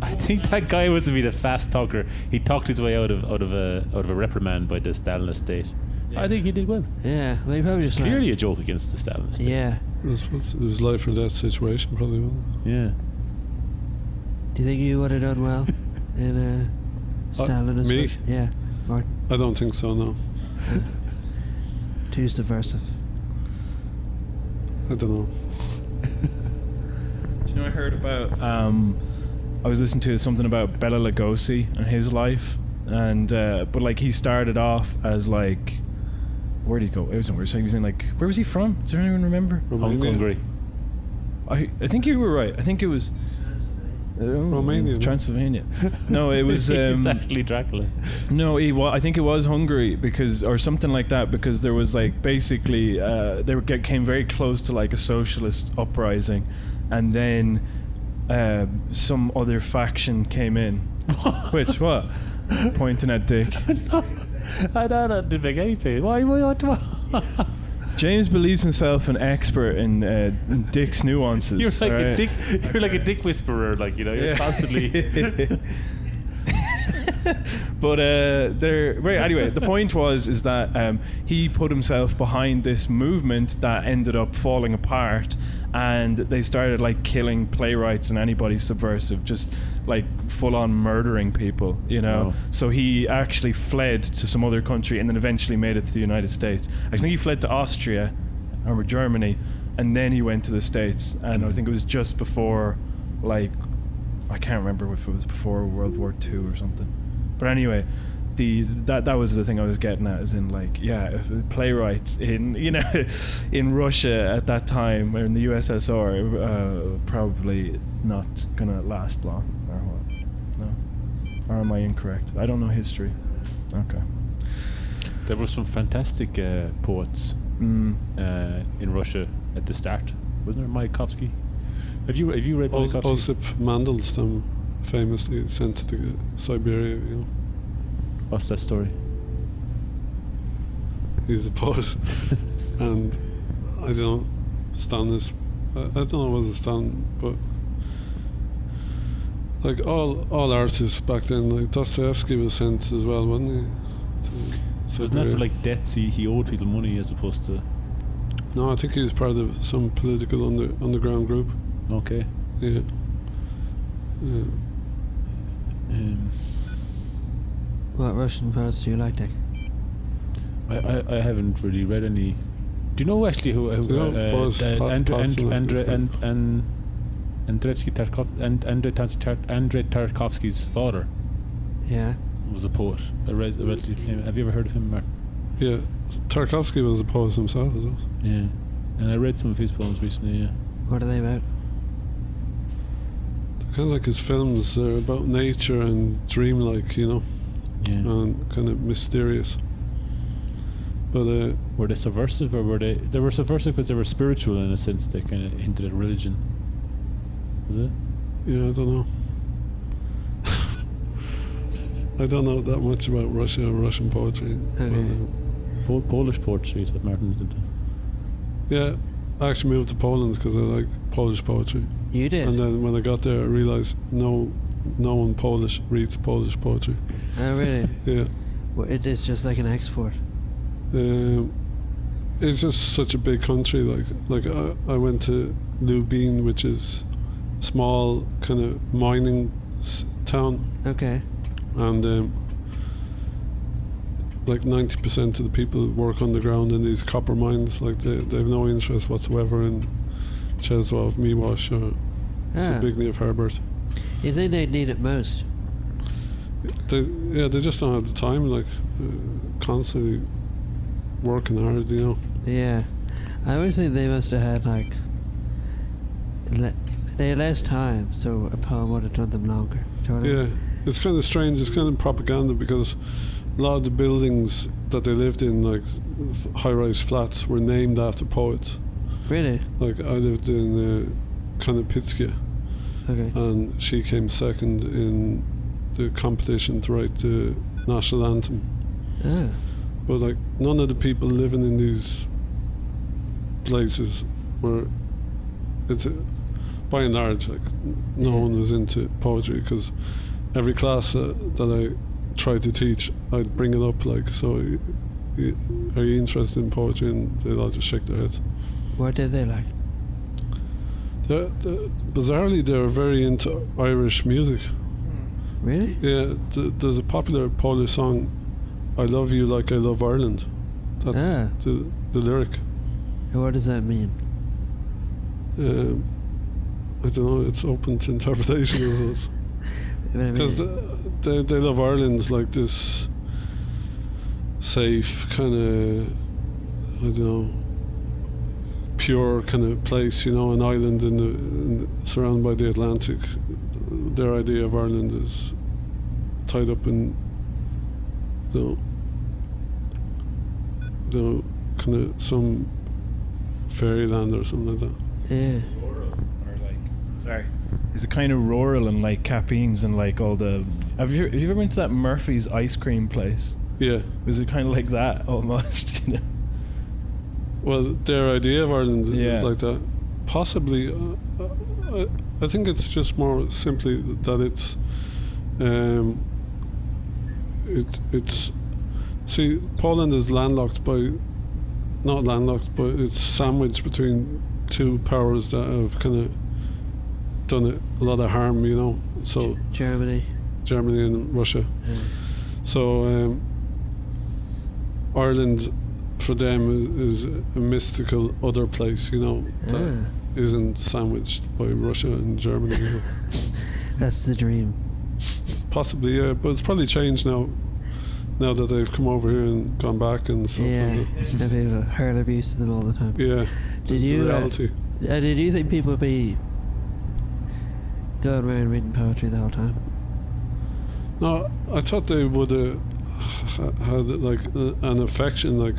I think that guy was to be the fast talker. He talked his way out of out of a out of a reprimand by the Stalinist state. I think he did well. Yeah, well, he probably It's just like- clearly a joke against the Stalinist. state. Yeah. It was, it was life or death situation, probably. Wasn't Yeah. Do you think you would have [LAUGHS] done well in a Uh, Stalinist? me? version? Yeah, Martin. it? I don't think so. No, Too subversive. I don't know. Do you know I heard about? Um, I was listening to something about Bela Lugosi and his life, and uh, but like he started off as like, where did he go? It was somewhere. So he was in like, where was he from? Does anyone remember? Hong Romania. Hungary. I I think you were right. I think it was Oh, Romania, no? Transylvania. No, it [LAUGHS] was. It's Um, actually [LAUGHS] Dracula. No, he wa- I think it was Hungary because, or something like that, because there was like basically uh, they were, get- came very close to like a socialist uprising, and then uh, some other faction came in. [LAUGHS] Which what? Pointing at Dick. no, I don't, I didn't make any play. Why? Why? [LAUGHS] What? what? James believes himself an expert in uh, Dick's nuances. You're like a right? dick. You're like a dick whisperer. Like you know, you're Yeah. constantly. but uh, there. Right, anyway, the point was is that um, he put himself behind this movement that ended up falling apart, and they started like killing playwrights and anybody subversive, just like full on murdering people, you know. Wow. So he actually fled to some other country, and then eventually made it to the United States. I think he fled to Austria or Germany, and then he went to the States, and I think it was just before, like I can't remember if it was before World War II or something. But anyway, the that that was the thing I was getting at, is in like, yeah, if the playwrights in [LAUGHS] you know, in Russia at that time or in the USSR, uh, probably not gonna last long. Or what? No, or am I incorrect? I don't know history. Okay. [LAUGHS] there were some fantastic uh, poets Mm. uh, in Russia at the start, wasn't there? Mayakovsky. Have you have you read Os- Mayakovsky? Osip Mandelstam famously sent to the, Siberia. You know, What's that story? he's [LAUGHS] a poet, and I don't know, Stanis. I, I don't know was it Stan, but like all all artists back then, like Dostoevsky was sent as well, wasn't he? To Wasn't that Siberia. for like debts? He, he owed people money as opposed to. No, I think he was part of some political under, underground group. Okay. Yeah. Yeah. Um, What Russian poets do you like, Dick? I, I, I haven't really read any. Do you know actually who? who No, uh, Boris uh, Pa- Andre Andre Pasternak Andre is good. and and Andretsky Tarkov and Andre Tars- Tar- Andre Tarkovsky's father Yeah. was a poet. A res- a relatively famous- Have you ever heard of him, Martin? Yeah, Tarkovsky was a poet himself as well. Yeah. And I read some of his poems recently. Yeah. What are they about? Kind of like his films, they're about nature and dreamlike, you know, Yeah. and um, kind of mysterious. But uh, were they subversive or were they? They were subversive because they were spiritual in a sense. They kind of hinted at religion. Was it? yeah, I don't know. [LAUGHS] I don't know that much about Russia or Russian poetry. but, Okay. uh, Pol- Polish poetry is what Martin did. yeah, I actually moved to Poland because I like Polish poetry. You did. And then when I got there, I realized no, no one Polish reads Polish poetry. oh, really? Yeah. well, it is just like an export. Um, it's just such a big country. Like, like I, I went to Lubin, which is small kind of mining s- town, Okay. and um, like ninety percent of the people work underground in these copper mines. Like they, they have no interest whatsoever in Czesław Miłosz or Ah. Zbigniew Herbert. You think they'd need it most? They, yeah, they just don't have the time. Like, uh, constantly working hard, you know. Yeah, I always think they must have had like le- they had less time, so Apollo would have done them longer. Do you know what I Yeah, mean? it's kind of strange. It's kind of propaganda because a lot of the buildings that they lived in, like f- high-rise flats, were named after poets. Really? Like I lived in uh, Konopitska, Okay. and she came second in the competition to write the national anthem. ah. But like none of the people living in these places were. It's a, by and large like no Yeah. one was into poetry because every class uh, that I tried to teach, I'd bring it up like so. y- y- Are you interested in poetry? And they'd all just shake their heads. What did they like? They're, they bizarrely, they're very into Irish music. Really? Yeah, th- there's a popular Polish song, "I Love You Like I Love Ireland." That's Ah. the, the lyric. And What does that mean? Um, I don't know. It's open to interpretation of those I mean, I mean, because they, they love Ireland's like this safe kind of I don't know pure kind of place. You know, an island in the in, surrounded by the Atlantic. Their idea of Ireland is tied up in you know, you know kind of some fairyland or something like that. yeah. rural or like sorry is it kind of rural and like cappines and like all the have you, have you ever been to that murphy's ice cream place Yeah. is it kind of like that [LAUGHS] almost you know Well, their idea of Ireland Yeah. is like that. Possibly, uh, I, I think it's just more simply that it's, um, it it's, see, Poland is landlocked by, not landlocked, but it's sandwiched between two powers that have kind of done a lot of harm, you know. So Germany. Germany and Russia. Yeah. So um, Ireland, for them, i- is a mystical other place, you know, that Ah. not sandwiched by Russia [LAUGHS] and Germany. you know. That's the dream. Possibly, yeah, but it's probably changed now. Now that they've come over here and gone back and stuff. Yeah. like And that. people hurl abuse at them all the time. yeah. the- Did you, the uh, reality? Uh, did you think people would be going around reading poetry the whole time? No, I thought they would have had like a- an affection, like,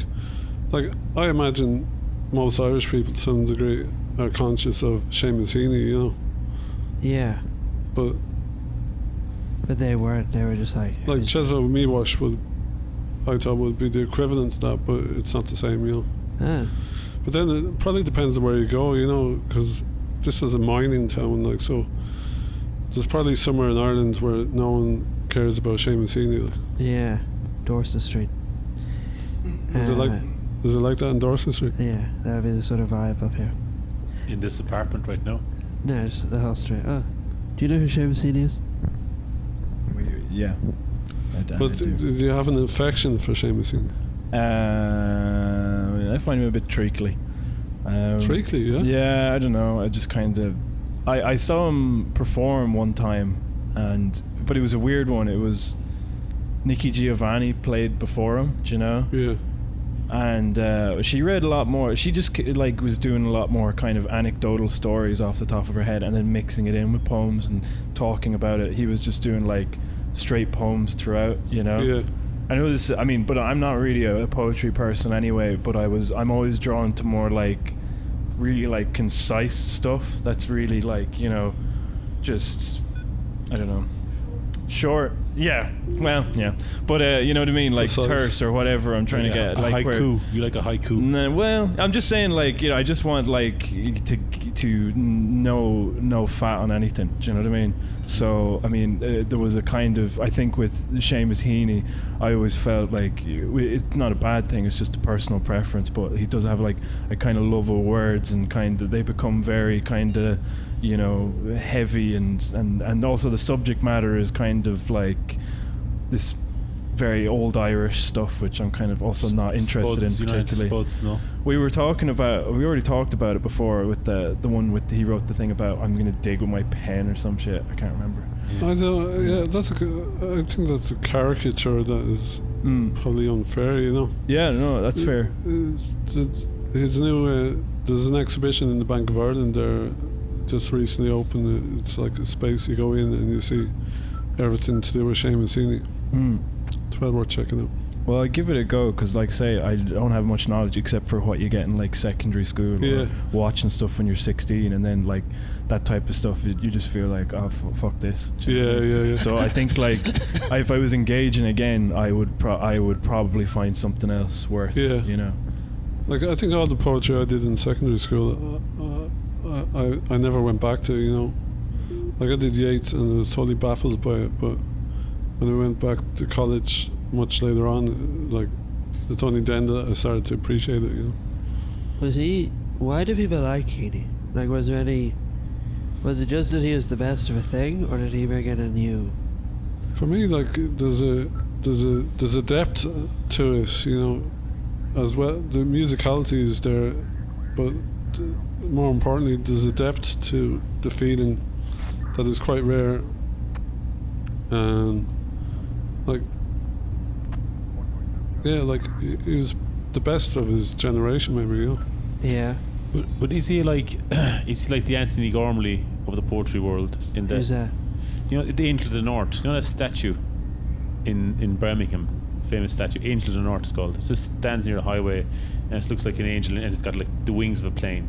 like I imagine most Irish people to some degree are conscious of Seamus Heaney, you know, Yeah. but But they weren't. They were just like. like "Who's- Cesar Miwash would, I thought would be the equivalent to that, but it's not the same, you know. Ah. But then it probably depends on where you go, you know, because this is a mining town, like so. There's probably somewhere in Ireland where no one cares about Seamus Heaney. Like. Yeah. Dorset Street. Is it like, Uh, is it like that in Dorset Street? Yeah, that would be the sort of vibe up here. in this apartment right now. No, just the whole street. Oh, do you know who Seamus Heaney is? We- yeah I don't But do do you have an affection for Seamus Heaney? Uh, I find him a bit treacly. Um, Treacly, yeah? Yeah, I don't know. I just kind of, I, I saw him perform one time, and but it was a weird one. It was Nikki Giovanni played before him. Do you know? Yeah. and uh, she read a lot more. She just c- like was doing a lot more kind of anecdotal stories off the top of her head, and then mixing it in with poems and talking about it. He was just doing like straight poems throughout, you know. Yeah. I know this. I mean, but I'm not really a, a poetry person anyway. But I was. I'm always drawn to more like really like concise stuff. That's really like you know, just I don't know. Short, yeah. Well, yeah, but uh, you know what I mean, like Concise. terse or whatever. I'm trying Yeah, to get a like where- haiku. You like a haiku? no, well, I'm just saying, like you know, I just want like to to no no fat on anything. Do you know what I mean? So I mean, uh, there was a kind of I think with Seamus Heaney, I always felt like it's not a bad thing. It's just a personal preference, but he does have like a kind of love of words and kind of they become very kind of you know heavy and and and also the subject matter is kind of like this very old Irish stuff, which I'm kind of also not interested Spuds, in you know, like the particularly. Spuds, no. We were talking about we already talked about it before with the the one with he wrote the thing about I'm gonna dig with my pen or some shit. I can't remember. I don't. Yeah, that's. A, g- I think that's a caricature that is Mm. probably unfair. You know. Yeah, no, that's fair. It's- it's- His new. Uh, there's an exhibition in the Bank of Ireland there, just recently opened. It's like a space you go in and you see everything to do with Seamus Heaney. Mm. It's well worth checking out. Well, I give it a go because, like, say, I don't have much knowledge except for what you get in like secondary school Yeah. or watching stuff when you're 16, and then like that type of stuff, you, you just feel like, oh, f- fuck this. Do you know what I Yeah, mean? yeah, yeah. So I think [LAUGHS] like I- if I was engaging again, I would pro- I would probably find something else worth. Yeah. You know. Like I think all the poetry I did in secondary school, uh, uh, I I never went back to. You know, like I did Yeats, and I was totally baffled by it. But when I went back to college much later on, like it's only then that I started to appreciate it. You know, Was he? Why do people like Heaney? Like, was there any? Was it just that he was the best of a thing, or did he bring in a new? for me, like there's a there's a there's a depth to it. You know, as well the musicality is there, but th- more importantly, there's a depth to the feeling that is quite rare. And like, yeah, like he he was the best of his generation, maybe. You know? Yeah. But, but is he like [CLEARS THROAT] is he like the Anthony Gormley of the poetry world in the Who's that? you know the Angel of the North you know that statue in in Birmingham famous statue Angel of the North it's called it just stands near the highway and it looks like an angel and it's got like the wings of a plane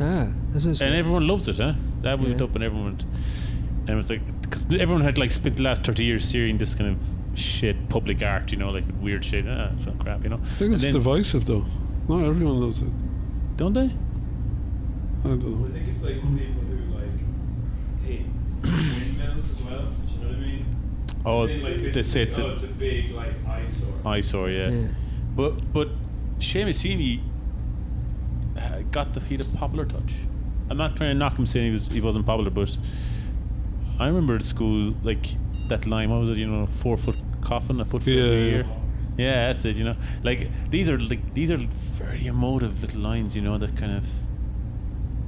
Ah, this is. and good. everyone loves it huh that went Yeah. up and everyone and it was like because everyone had like spent the last 30 years seeing this kind of shit public art you know like weird shit ah, it's not crap you know I think it's divisive, though. Not everyone loves it. don't they I don't know. think it's like people who like hate windmills as well. Do you know what I mean? oh They, like, they say it's oh, it's a a big like eyesore. eyesore Yeah. But but Seamus Heaney uh, got the he had a popular touch. I'm not trying to knock him saying he was he wasn't popular, but I remember at school like that line. What was it? You know, four foot coffin, a foot for Yeah, every yeah. year. Yeah, that's it. You know, like these are like these are very emotive little lines. You know, that kind of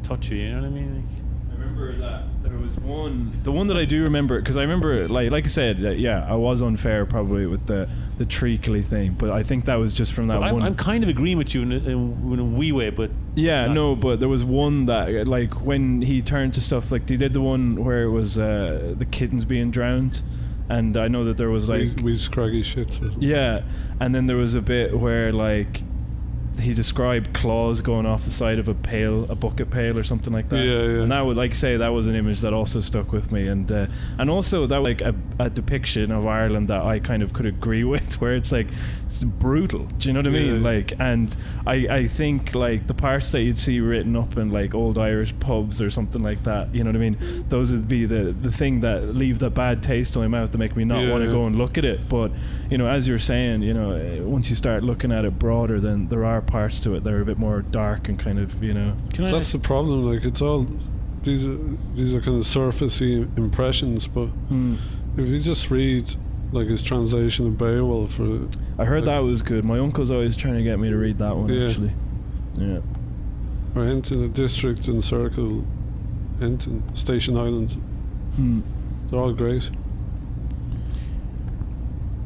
touch you. You know what I mean? I remember that there was one. The one that I do remember, because I remember, like, like I said, uh, yeah, I was unfair probably with the the treacly thing, but I think that was just from that Like, I'm, one. I'm kind of agreeing with you in a, in a wee way, but Yeah, Not- no, but there was one that uh, like when he turned to stuff like they did the one where it was uh, the kittens being drowned, and I know that there was like we, we scraggy shit. yeah, and then there was a bit where like he described claws going off the side of a pail, a bucket pail or something like that. Yeah, yeah. And that would like I say that was an image that also stuck with me, and uh, and also that was, like a, a depiction of Ireland that I kind of could agree [LAUGHS] with, where it's like it's brutal. Do you know what I mean? Yeah. Like, and I I think like the parts that you'd see written up in like old Irish pubs or something like that. You know what I mean? Those would be the the thing that leave the bad taste in my mouth to make me not Yeah, want to yeah. go and look at it. But you know, as you're saying, you know, eh, once you start looking at it broader, then there are parts to it that are a bit more dark and kind of you know. can I? That's the problem. Like it's all these are, these are kind of surfacey impressions, but Hmm. if you just read like his translation of Beowulf, or I heard that was good. My uncle's always trying to get me to read that one Yeah. actually. Yeah. or Hent in the district and circle, Hent and Station Island, Hmm. they're all great.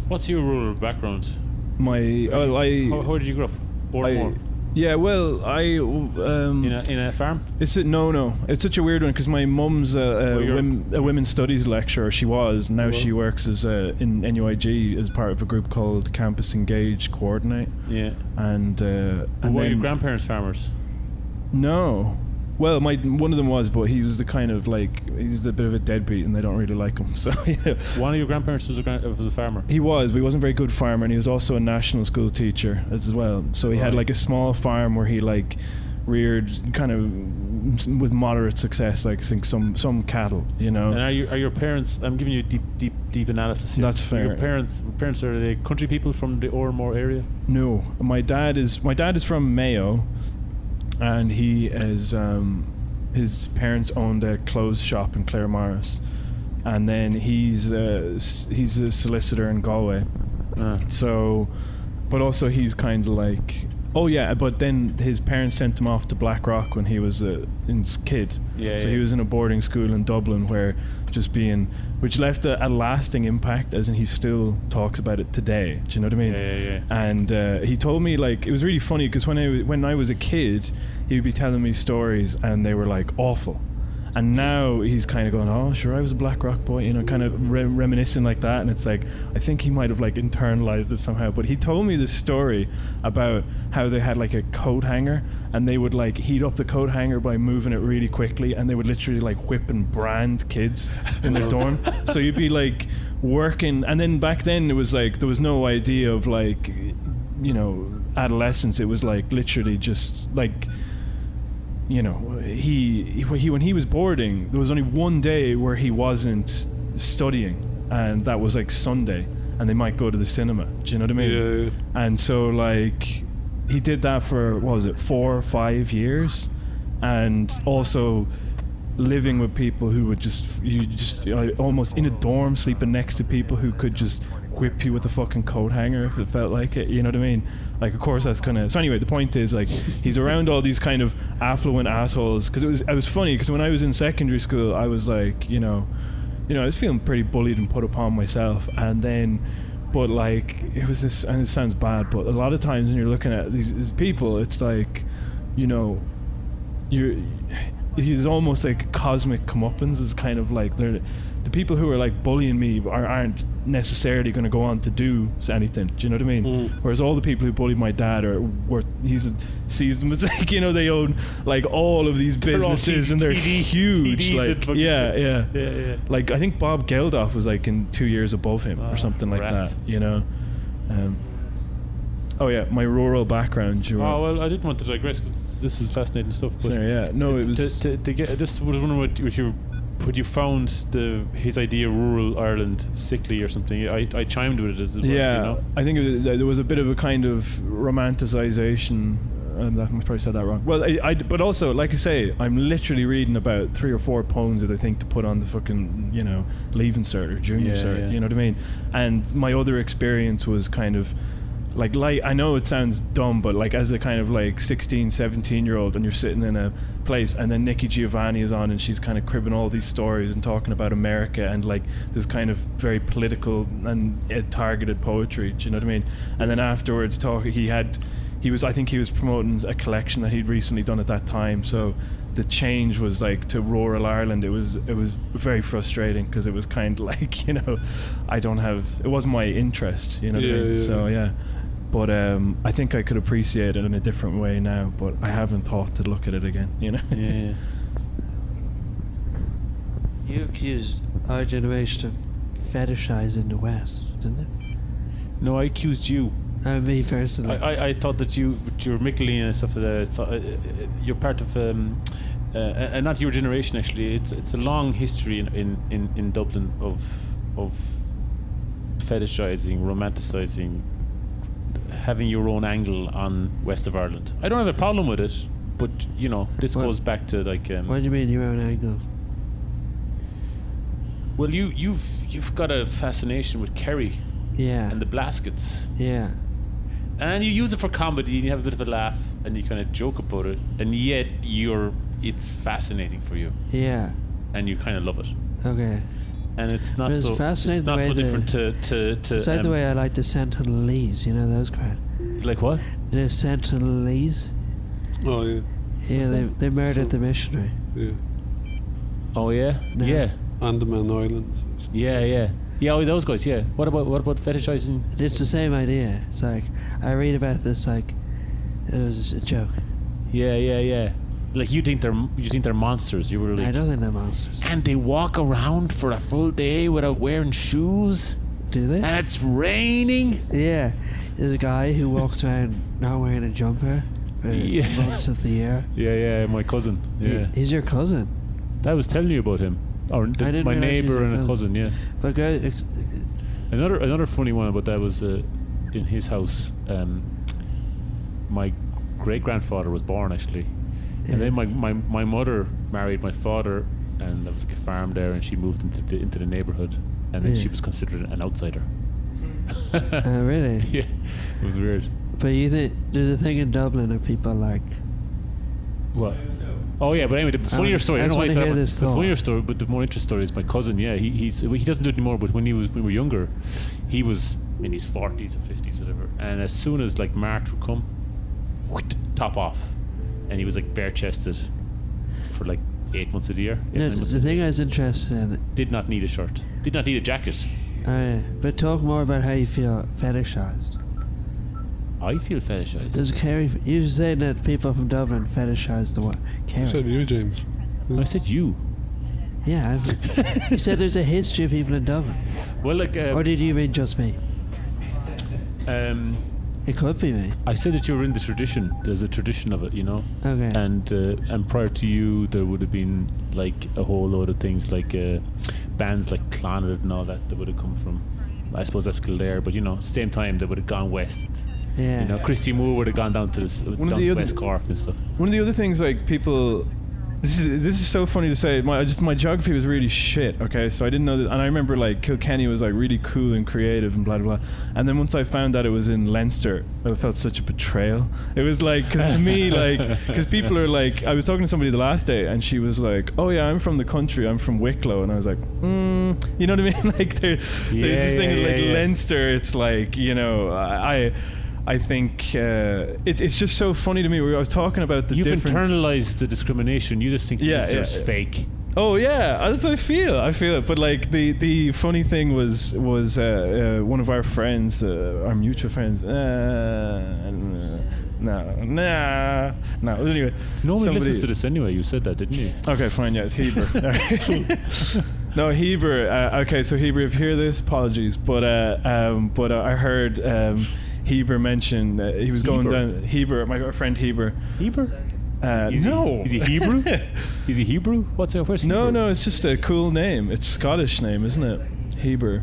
what's your rural background? My oh, I, How, how did you grow up? Or I- more yeah well I um in a in a farm? It's a, no, no. It's such a weird one because my mum's a, a, you're- wom- a women's studies lecturer. She was. Now Well. she works as a, in NUIG as part of a group called Campus Engage Coordinate. Yeah. And uh, And and were your then- grandparents farmers? No. Well, my one of them was, but he was the kind of like he's a bit of a deadbeat, and they don't really like him. [LAUGHS] So yeah. One of your grandparents was a gran- uh, was a farmer. He was, but he wasn't a very good farmer, and he was also a national school teacher as well. So he had Right. like a small farm where he like reared kind of with moderate success, like I think some some cattle, you know. and are you are your parents? I'm giving you deep deep deep analysis. Here. That's Are Your fair. parents parents are they country people from the Ormore area? No, my dad is my dad is from Mayo, and he is um, his parents owned a clothes shop in Claremorris, and then he's a, he's a solicitor in Galway, Uh, So, but also he's kind of like, oh yeah, but then his parents sent him off to Blackrock when he was a in s- kid. Yeah, So yeah. he was in a boarding school in Dublin where just being, which left a, a lasting impact, as in he still talks about it today. Do you know what I mean? Yeah, yeah, yeah. And uh, he told me like it was really funny because when I w- when I was a kid, he would be telling me stories and they were like awful. And now he's kind of going, oh, sure, I was a Black Rock boy, you know, kind of re- reminiscing like that. And it's like, I think he might have like internalized it somehow. But he told me this story about how they had like a coat hanger and they would like heat up the coat hanger by moving it really quickly. And they would literally like whip and brand kids in their dorm. So you'd be like working. And then back then it was like, there was no idea of like, you know, adolescence. It was like literally just like you know, he, he when he was boarding, there was only one day where he wasn't studying, and that was like Sunday, and they might go to the cinema. Do you know what I mean? Yeah, yeah. And so like, he did that for what was it, four or five years, and also living with people who would just you just you know, almost in a dorm sleeping next to people who could just whip you with a fucking coat hanger if it felt like it you know what i mean like of course that's kind of so anyway the point is like he's around all these kind of affluent assholes because it was i was funny because when i was in secondary school i was like you know you know i was feeling pretty bullied and put upon myself and then but like it was this and it sounds bad but a lot of times when you're looking at these, these people it's like you know you he's almost like cosmic comeuppance is kind of like they're the people who are like bullying me are, aren't necessarily going to go on to do s- anything do you know what i mean Mm. whereas all the people who bullied my dad are worth he's sees them as [LAUGHS] like you know they own like all of these They're all businesses TD, and they're huge TDs and like fucking- yeah yeah yeah, yeah. like i think bob geldof was like in two years above him Ah, or something like rats. that you know um, oh yeah my rural background do you Oh want- well, I didn't want to digress because this is fascinating stuff. But Sorry, yeah. No, it was- To, to, to get this was wondering what you- what you what you found the his idea of rural Ireland sickly or something. I, I chimed with it as well. yeah, You know? I think it was, there was a bit of a kind of romanticization, and I probably said that wrong. Well, I, I- but also, like I say, I'm literally reading about three or four poems that I think to put on the fucking, you know, leaving cert or junior Yeah, cert. yeah. You know what I mean? And my other experience was kind of. Like, like I know it sounds dumb, but like as a kind of like 16, 17 year old, and you're sitting in a place, and then Nikki Giovanni is on, and she's kind of cribbing all these stories and talking about America and like this kind of very political and uh, targeted poetry. Do you know what I mean? And then afterwards, talk he had, he was I think he was promoting a collection that he'd recently done at that time. So the change was like to rural Ireland. It was it was very frustrating because it was kind of [LAUGHS] like you know, I don't have it wasn't my interest. You know what I Yeah, mean? yeah, so yeah. yeah. But um, I think I could appreciate it in a different way now. But I haven't thought to look at it again. You know. Yeah. You accused our generation of fetishizing the West, didn't you? No, I accused you. Uh, me personally. I, I, I thought that you with your Michelin and stuff. Uh, so, uh, uh, you're part of um, uh, and not your generation actually. It's it's a long history in in, in, in Dublin of of fetishizing, romanticizing, having your own angle on west of Ireland. I don't have a problem with it, but you know this Well- goes back to like. Um, what do you mean your own angle? well, you you've you've got a fascination with Kerry Yeah. and the Blaskets. yeah. and you use it for comedy and you have a bit of a laugh and you kind of joke about it and yet you're it's fascinating for you Yeah. and you kind of love it Okay. and it's not But it's so fascinating it's the not way so the- different to to, to Is that the um, way I like the Sentinelese? You know those crowd? like what The Sentinelese? Oh, yeah. Yeah, they, they murdered the missionary. Yeah. oh yeah No. yeah Andaman Islands. yeah yeah yeah oh, those guys yeah what about what about fetishizing It's the same idea. It's like, I read about this, like, it was a joke. yeah yeah yeah like you think they're you think they're monsters you were like I don't think they're monsters. and they walk around for a full day without wearing shoes Do they? and it's raining Yeah, there's a guy who walks around not wearing a jumper [LAUGHS] for Yeah. months of [LAUGHS] the year. yeah yeah my cousin He- he's your cousin. I was telling you about him, or the, I didn't my realize he was neighbor your and a cousin. cousin. Yeah. But go, uh, Another another funny one about that was uh, in his house. Um, my great grandfather was born actually, uh, and then my, my my mother married my father, and there was like a farm there, and she moved into the into the neighborhood, and then Yeah. she was considered an outsider. [LAUGHS] Oh, really? yeah, it was weird. But you think there's a thing in Dublin that people like. What? Oh yeah, but anyway, the funnier Um, story. I I don't know why just wanna I thought hear about- this the thought. funnier story, but the more interesting story is my cousin. Yeah, he he's, he doesn't do it anymore. But when he was when we were younger, he was in his forties or fifties, whatever. And as soon as like March would come, whoot, top off, and he was like bare chested for like eight months of the year. eight, No, nine months the of the thing year. I was interested in. did not need a shirt, did not need a jacket. Oh, yeah. But talk more about how you feel fetishized. I feel fetishized. Does Kerry. You were saying that people from Dublin fetishize the word. You Kerry. said you, James. I said you. yeah, I've, you said there's a history of people in Dublin. Well, like, uh, Or did you mean just me? um, It could be me. I said that you were in the tradition. There's a tradition of it, you know. Okay. And uh, and prior to you, there would have been like a whole load of things, like uh, bands like Clonard and all that, that would have come from. I suppose that's still there, but you know, same time they would have gone west. yeah. You know, Christy Moore would have gone down to the, s- down of the to other- West Cork and stuff. One of the other things, like people, this is this is so funny to say. My I just my geography was really shit. Okay, so I didn't know that, and I remember like Kilkenny was like really cool and creative and blah blah blah. And then once I found out it was in Leinster, I felt such a betrayal. It was like 'cause to me, [LAUGHS] like because people are like, I was talking to somebody the last day, and she was like, "Oh yeah, I'm from the country. I'm from Wicklow," and I was like, mm, "You know what I mean? [LAUGHS] like there, Yeah, there's this thing yeah, of, like yeah, yeah. Leinster. It's like you know, I." I think uh, it, it's just so funny to me. where I was talking about the You've different. internalized the discrimination. You just think Yeah, it's just yeah. fake. oh yeah, that's what I feel. I feel it. But like the the funny thing was was uh, uh, one of our friends, uh, our mutual friends. Uh, no, no, no. Anyway, Nobody somebody- listens to this anyway. You said that, [LAUGHS] didn't you? Okay, fine. Yeah, it's [LAUGHS] Heber. [LAUGHS] Alright. no, Heber. Uh, okay, so Heber, if you hear this, apologies, but uh, um, but uh, I heard um, Heber mention uh, he was going Heber? down. Heber, my friend Heber. Hebrew. Uh, Is he- no, is [LAUGHS] he Hebrew? Is he Hebrew? What's it? Where's no, Hebrew? no, it's just a cool name. It's Scottish name, isn't it? Heber.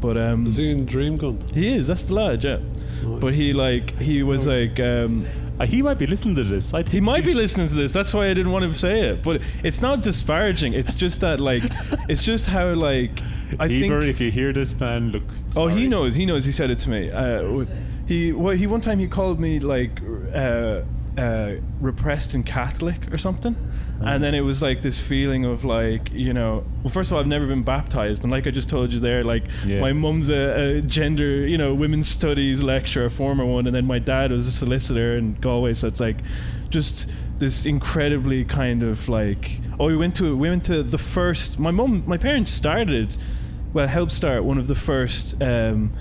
But um, Is he in Dream Gun? he is. That's the lad, yeah. But he like he was Oh. like um, Uh, he might be listening to this. I he might be listening to this. That's why I didn't want to say it. But it's not disparaging. It's just that like it's just how like I Heber, think. if you hear this, man, look. Oh, he sorry. knows. He knows. He said it to me. Uh, w- he well, he one time he called me like uh, uh, repressed and Catholic or something, and then it was like this feeling of like you know. Well, first of all, I've never been baptized, and like I just told you there, like Yeah. my mum's a, a gender, you know, women's studies lecturer, a former one, and then my dad was a solicitor in Galway, so it's like just this incredibly kind of like oh we went to we went to the first my mum my parents started well helped start one of the first um,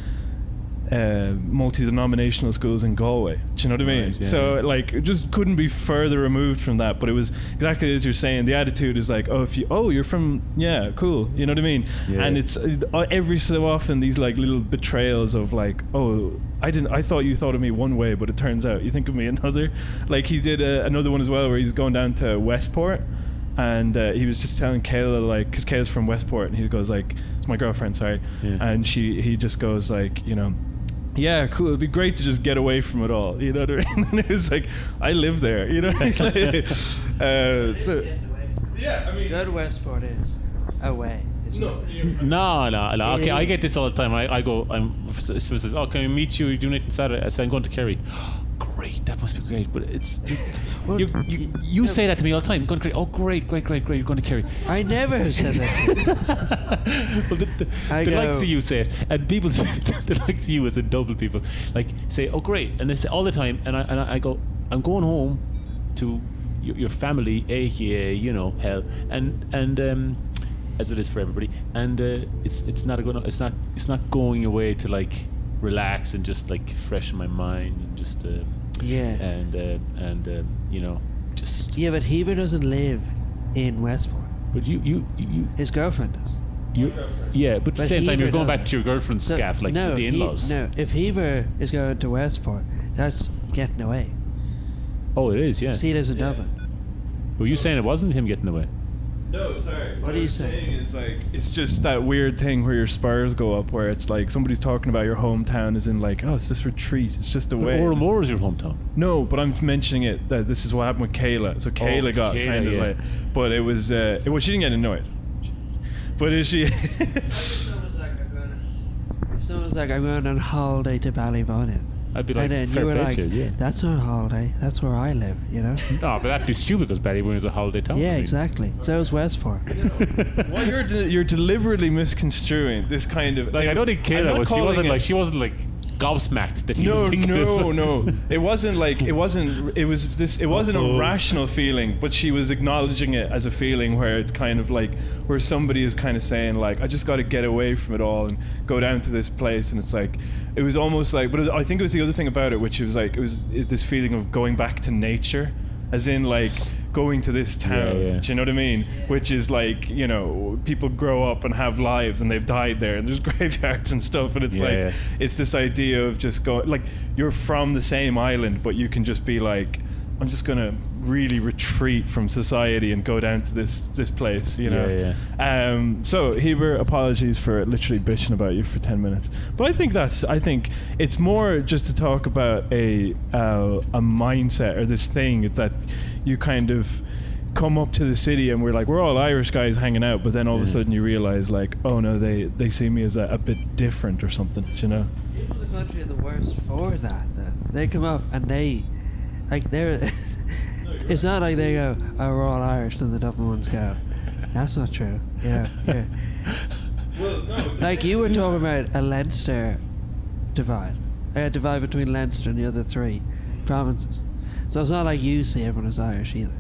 uh, multi-denominational schools in Galway. Do you know what I mean? Right, yeah. So like, it just couldn't be further removed from that. But it was exactly as you're saying. The attitude is like, oh, if you, oh, you're from, yeah, cool. You know what I mean? Yeah. And it's uh, every so often these like little betrayals of like, oh, I didn't, I thought you thought of me one way, but it turns out you think of me [LAUGHS] another. Like he did uh, another one as well, where he's going down to Westport. And uh, he was just telling Kayla, like, because Kayla's from Westport, and he goes, like, it's my girlfriend, sorry. Yeah. And she, he just goes, like, you know, yeah, cool. It'd be great to just get away from it all. [LAUGHS] You know what I mean? And it was like, I live there. You know. [LAUGHS] What I mean? uh, so, yeah, I mean, Go to Westport is away. Isn't no, it? you- No, no, no. Okay, Yeah. I get this all the time. I, I go, I'm, someone says, oh, can we meet you? You're doing it on Saturday. I say, I'm going to Kerry. [GASPS] great, that must be great. But it's, you, Well, you, you, y- you no. say that to me all the time. I'm going to Kerry. Oh, great, great, great, great. You're going to Kerry. I never have said that to you. [LAUGHS] well, the, the, I the likes go- of you say it, and people [LAUGHS] say, the likes of you as a double people like say, "Oh, great," and they say all the time, and I and I I go, "I'm going home to your, your family, aka you know hell," and and um, as it is for everybody, and uh, it's it's not a good, it's not it's not going away to like relax and just like freshen my mind and just uh, [LAUGHS] Yeah. and uh, and uh, you know just Yeah, but Heber doesn't live in Westport. but you you you His girlfriend does. You, yeah, but at the But same time, Heber you're going doesn't. back to your girlfriend's So- gaff, like no, the he- in-laws. no, if Heber is going to Westport, that's getting away. Oh, it is, yeah. See, there's a Dublin. Were you saying it wasn't him getting away? no, sorry. What do you I'm say? saying is like, it's just that weird thing where your spurs go up, where it's like somebody's talking about your hometown, is in like, oh, it's this retreat. It's just a But way. Oramora is your hometown. No, but I'm mentioning it that this is what happened with Kayla. So Kayla got Oh, Kayla, kind of yeah. like, but it was, uh, [LAUGHS] [LAUGHS] well, she didn't get annoyed, but is she? Someone's like, I'm going on holiday to Ballybonin. I'd be like, and then fair you were play like, to you, yeah. that's not a holiday. That's where I live, you [LAUGHS] know? No, but that'd be stupid because Ballyboon is a holiday town. I yeah, mean. exactly. So is Westford. [LAUGHS] Well, you're de- you're deliberately misconstruing this kind of like I don't think I'm Kayla not was. She calling wasn't it- like she wasn't like gobsmacked that he no, was thinking. no, of- no. It [LAUGHS] wasn't like it wasn't. It was this. It wasn't Uh-oh. a rational feeling, but she was acknowledging it as a feeling where it's kind of like where somebody is kind of saying like, "I just got to get away from it all and go down to this place." And it's like it was almost like. But it, I think it was the other thing about it, which was like it was is this feeling of going back to nature, as in like going to this town. yeah. Do you know what I mean? Which is like you know people grow up and have lives and they've died there and there's [LAUGHS] graveyards and stuff and it's Yeah, like yeah. it's this idea of just go like you're from the same island but you can just be like i'm just gonna really retreat from society and go down to this this place you know Yeah, um so heber apologies for literally bitching about you for 10 minutes but i think that's i think it's more just to talk about a uh, a mindset or this thing it's that you kind of come up to the city and we're like we're all Irish guys hanging out, but then all of a Mm. Yeah. sudden you realize like oh no they they see me as a, a bit different or something, do you know? People in the country are the worst for that, though. They come up and they, like, they're. [LAUGHS] it's not like they go, oh, we're all Irish, then the Dublin ones go, that's not true. Yeah, yeah. Well, no. Like, you were talking about a Leinster divide, a divide between Leinster and the other three provinces. So it's not like you see everyone as Irish either.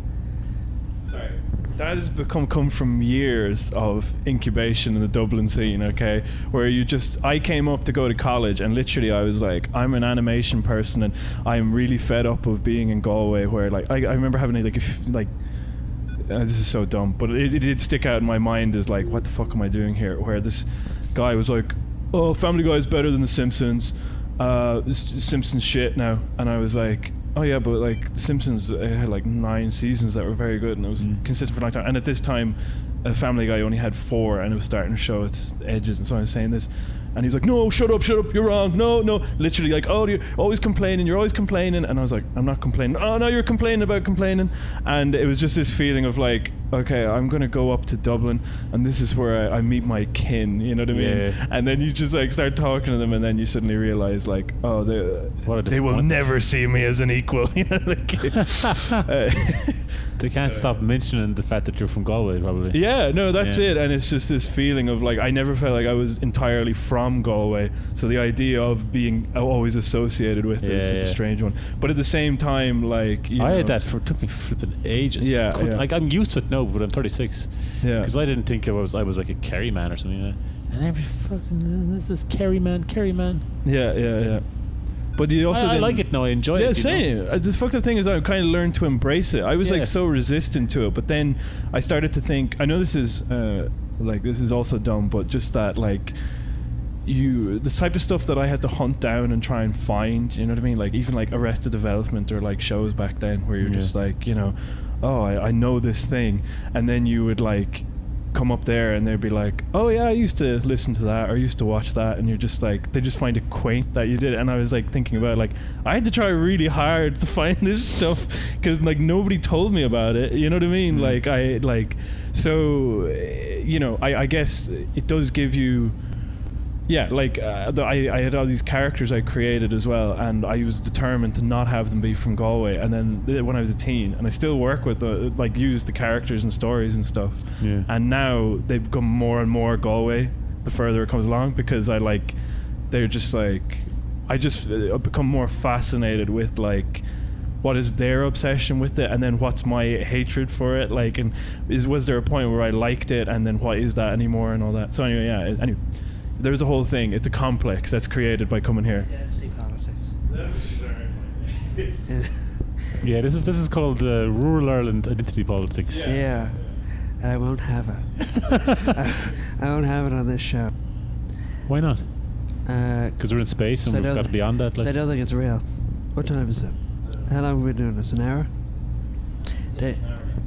Sorry. That has become come from years of incubation in the Dublin scene, okay? Where you just I came up to go to college and literally I was like, I'm an animation person and I'm really fed up of being in Galway where like I, I remember having like a f like uh, this is so dumb, but it, it did stick out in my mind as like, what the fuck am I doing here? Where this guy was like, oh, Family Guy is better than The Simpsons. Uh, S- Simpsons shit now, and I was like, oh yeah, but like The Simpsons uh, had like nine seasons that were very good, and it was consistent for a long time. And at this time, uh, Family Guy only had four, and it was starting to show its edges. And so I was saying this. And he's like, "No, shut up, shut up! You're wrong. No, no, literally, like, oh, you're always complaining. You're always complaining." And I was like, "I'm not complaining. Oh no, you're complaining about complaining." And it was just this feeling of like, "Okay, I'm gonna go up to Dublin, and this is where I, I meet my kin." You know what I mean? Yeah. And then you just like start talking to them, and then you suddenly realize like, "Oh, they What a they will disappointment. never see me as an equal." [LAUGHS] you know, [LAUGHS] like, uh, [LAUGHS] They can't So- stop mentioning the fact that you're from Galway, probably. yeah, no, that's Yeah. it. And it's just this feeling of like I never felt like I was entirely from Galway. So the idea of being uh, always associated with it is Yeah, such yeah. a strange one. But at the same time, like you I had know- that for it took me flipping ages. Yeah, Couldn't- yeah. like I'm used to it now, but I'm 36. Yeah. because I didn't think I was I was like a Kerry man or something. Like that. And every fucking this is Kerry man, Kerry man. Yeah, yeah, yeah. But you also I, I didn't- like it now. I enjoy yeah, it. you know? same. Uh, The fucked up thing is I kind of learned to embrace it. I was Yeah. like so resistant to it, but then I started to think. I know this is uh, like this is also dumb, but just that like you the type of stuff that I had to hunt down and try and find. You know what I mean? Like even like Arrested Development or like shows back then where you're Yeah. just like you know, oh I, I know this thing, and then you would like come up there and they'd be like oh yeah i used to listen to that or I used to watch that and you're just like they just find it quaint that you did it. and i was like thinking about it, like i had to try really hard to find [LAUGHS] this stuff because like nobody told me about it you know what i mean Mm. like i like so eh, you know i i guess it does give you yeah, like uh, the, I, I had all these characters I created as well, and I was determined to not have them be from Galway. And then th- when I was a teen, and I still work with the like use the characters and stories and stuff. Yeah. And now they become more and more Galway the further it comes along because I like they're just like I just uh, become more fascinated with like what is their obsession with it and then what's my hatred for it like and is was there a point where I liked it and then what is that anymore and all that so anyway yeah anyway there's a whole thing it's a complex that's created by coming here Identity politics. That's sorry. Is- Yeah, this is this is called uh, rural Ireland identity politics. Yeah. yeah. And I won't have it. [LAUGHS] I won't have it on this show. Why not? Uh, Because we're in space and So I we've don't got thi- beyond that. so I Like, don't think it's real. What time is it? How long have we been doing this? An hour? Dick,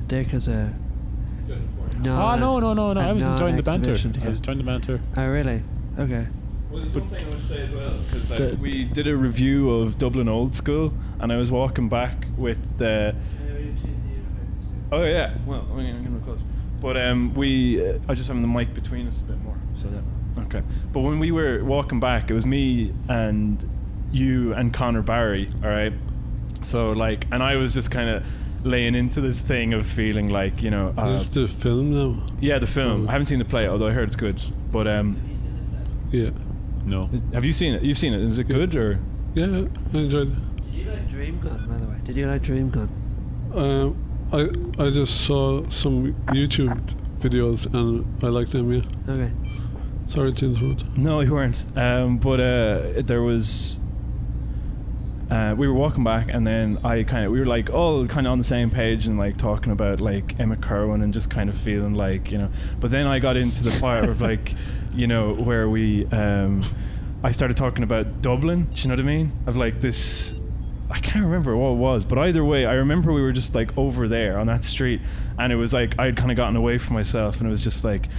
Dick is a oh non. Ah, no no no no! a I was enjoying the banter. Uh. non-exhibition I was here. enjoying the banter. Oh really? Okay. Well, there's one thing I would say as well, because like, Th- we did a review of Dublin Old School and I was walking back with the Oh yeah. Well, I'm gonna, I'm gonna close. But um, we, uh, I just having the mic between us a bit more, so that Okay. But when we were walking back, it was me and you and Connor Barry, all right? So, like, and I was just kind of laying into this thing of feeling like, you know. Uh, Is this the film now? yeah, the film. Oh. I haven't seen the play, although I heard it's good. But um, Yeah. No. have you seen it? You've seen it. Is it Yeah. good or. Yeah, I enjoyed it. Did you like Dream Gun, by the way? Did you like Dream Gun? Um, I I just saw some YouTube videos and I like them. Yeah. Okay. Sorry to interrupt. No, you weren't. Um, but uh, there was. Uh, we were walking back, and then I kind of we were like all kind of on the same page and like talking about like Emma Kerwin and just kind of feeling like you know. But then I got into the part of like, [LAUGHS] you know, where we um, I started talking about Dublin. Do you know what I mean? Of like this I can't remember what it was, but either way, I remember we were just like over there on that street, and it was like I'd kind of gotten away from myself, and it was just like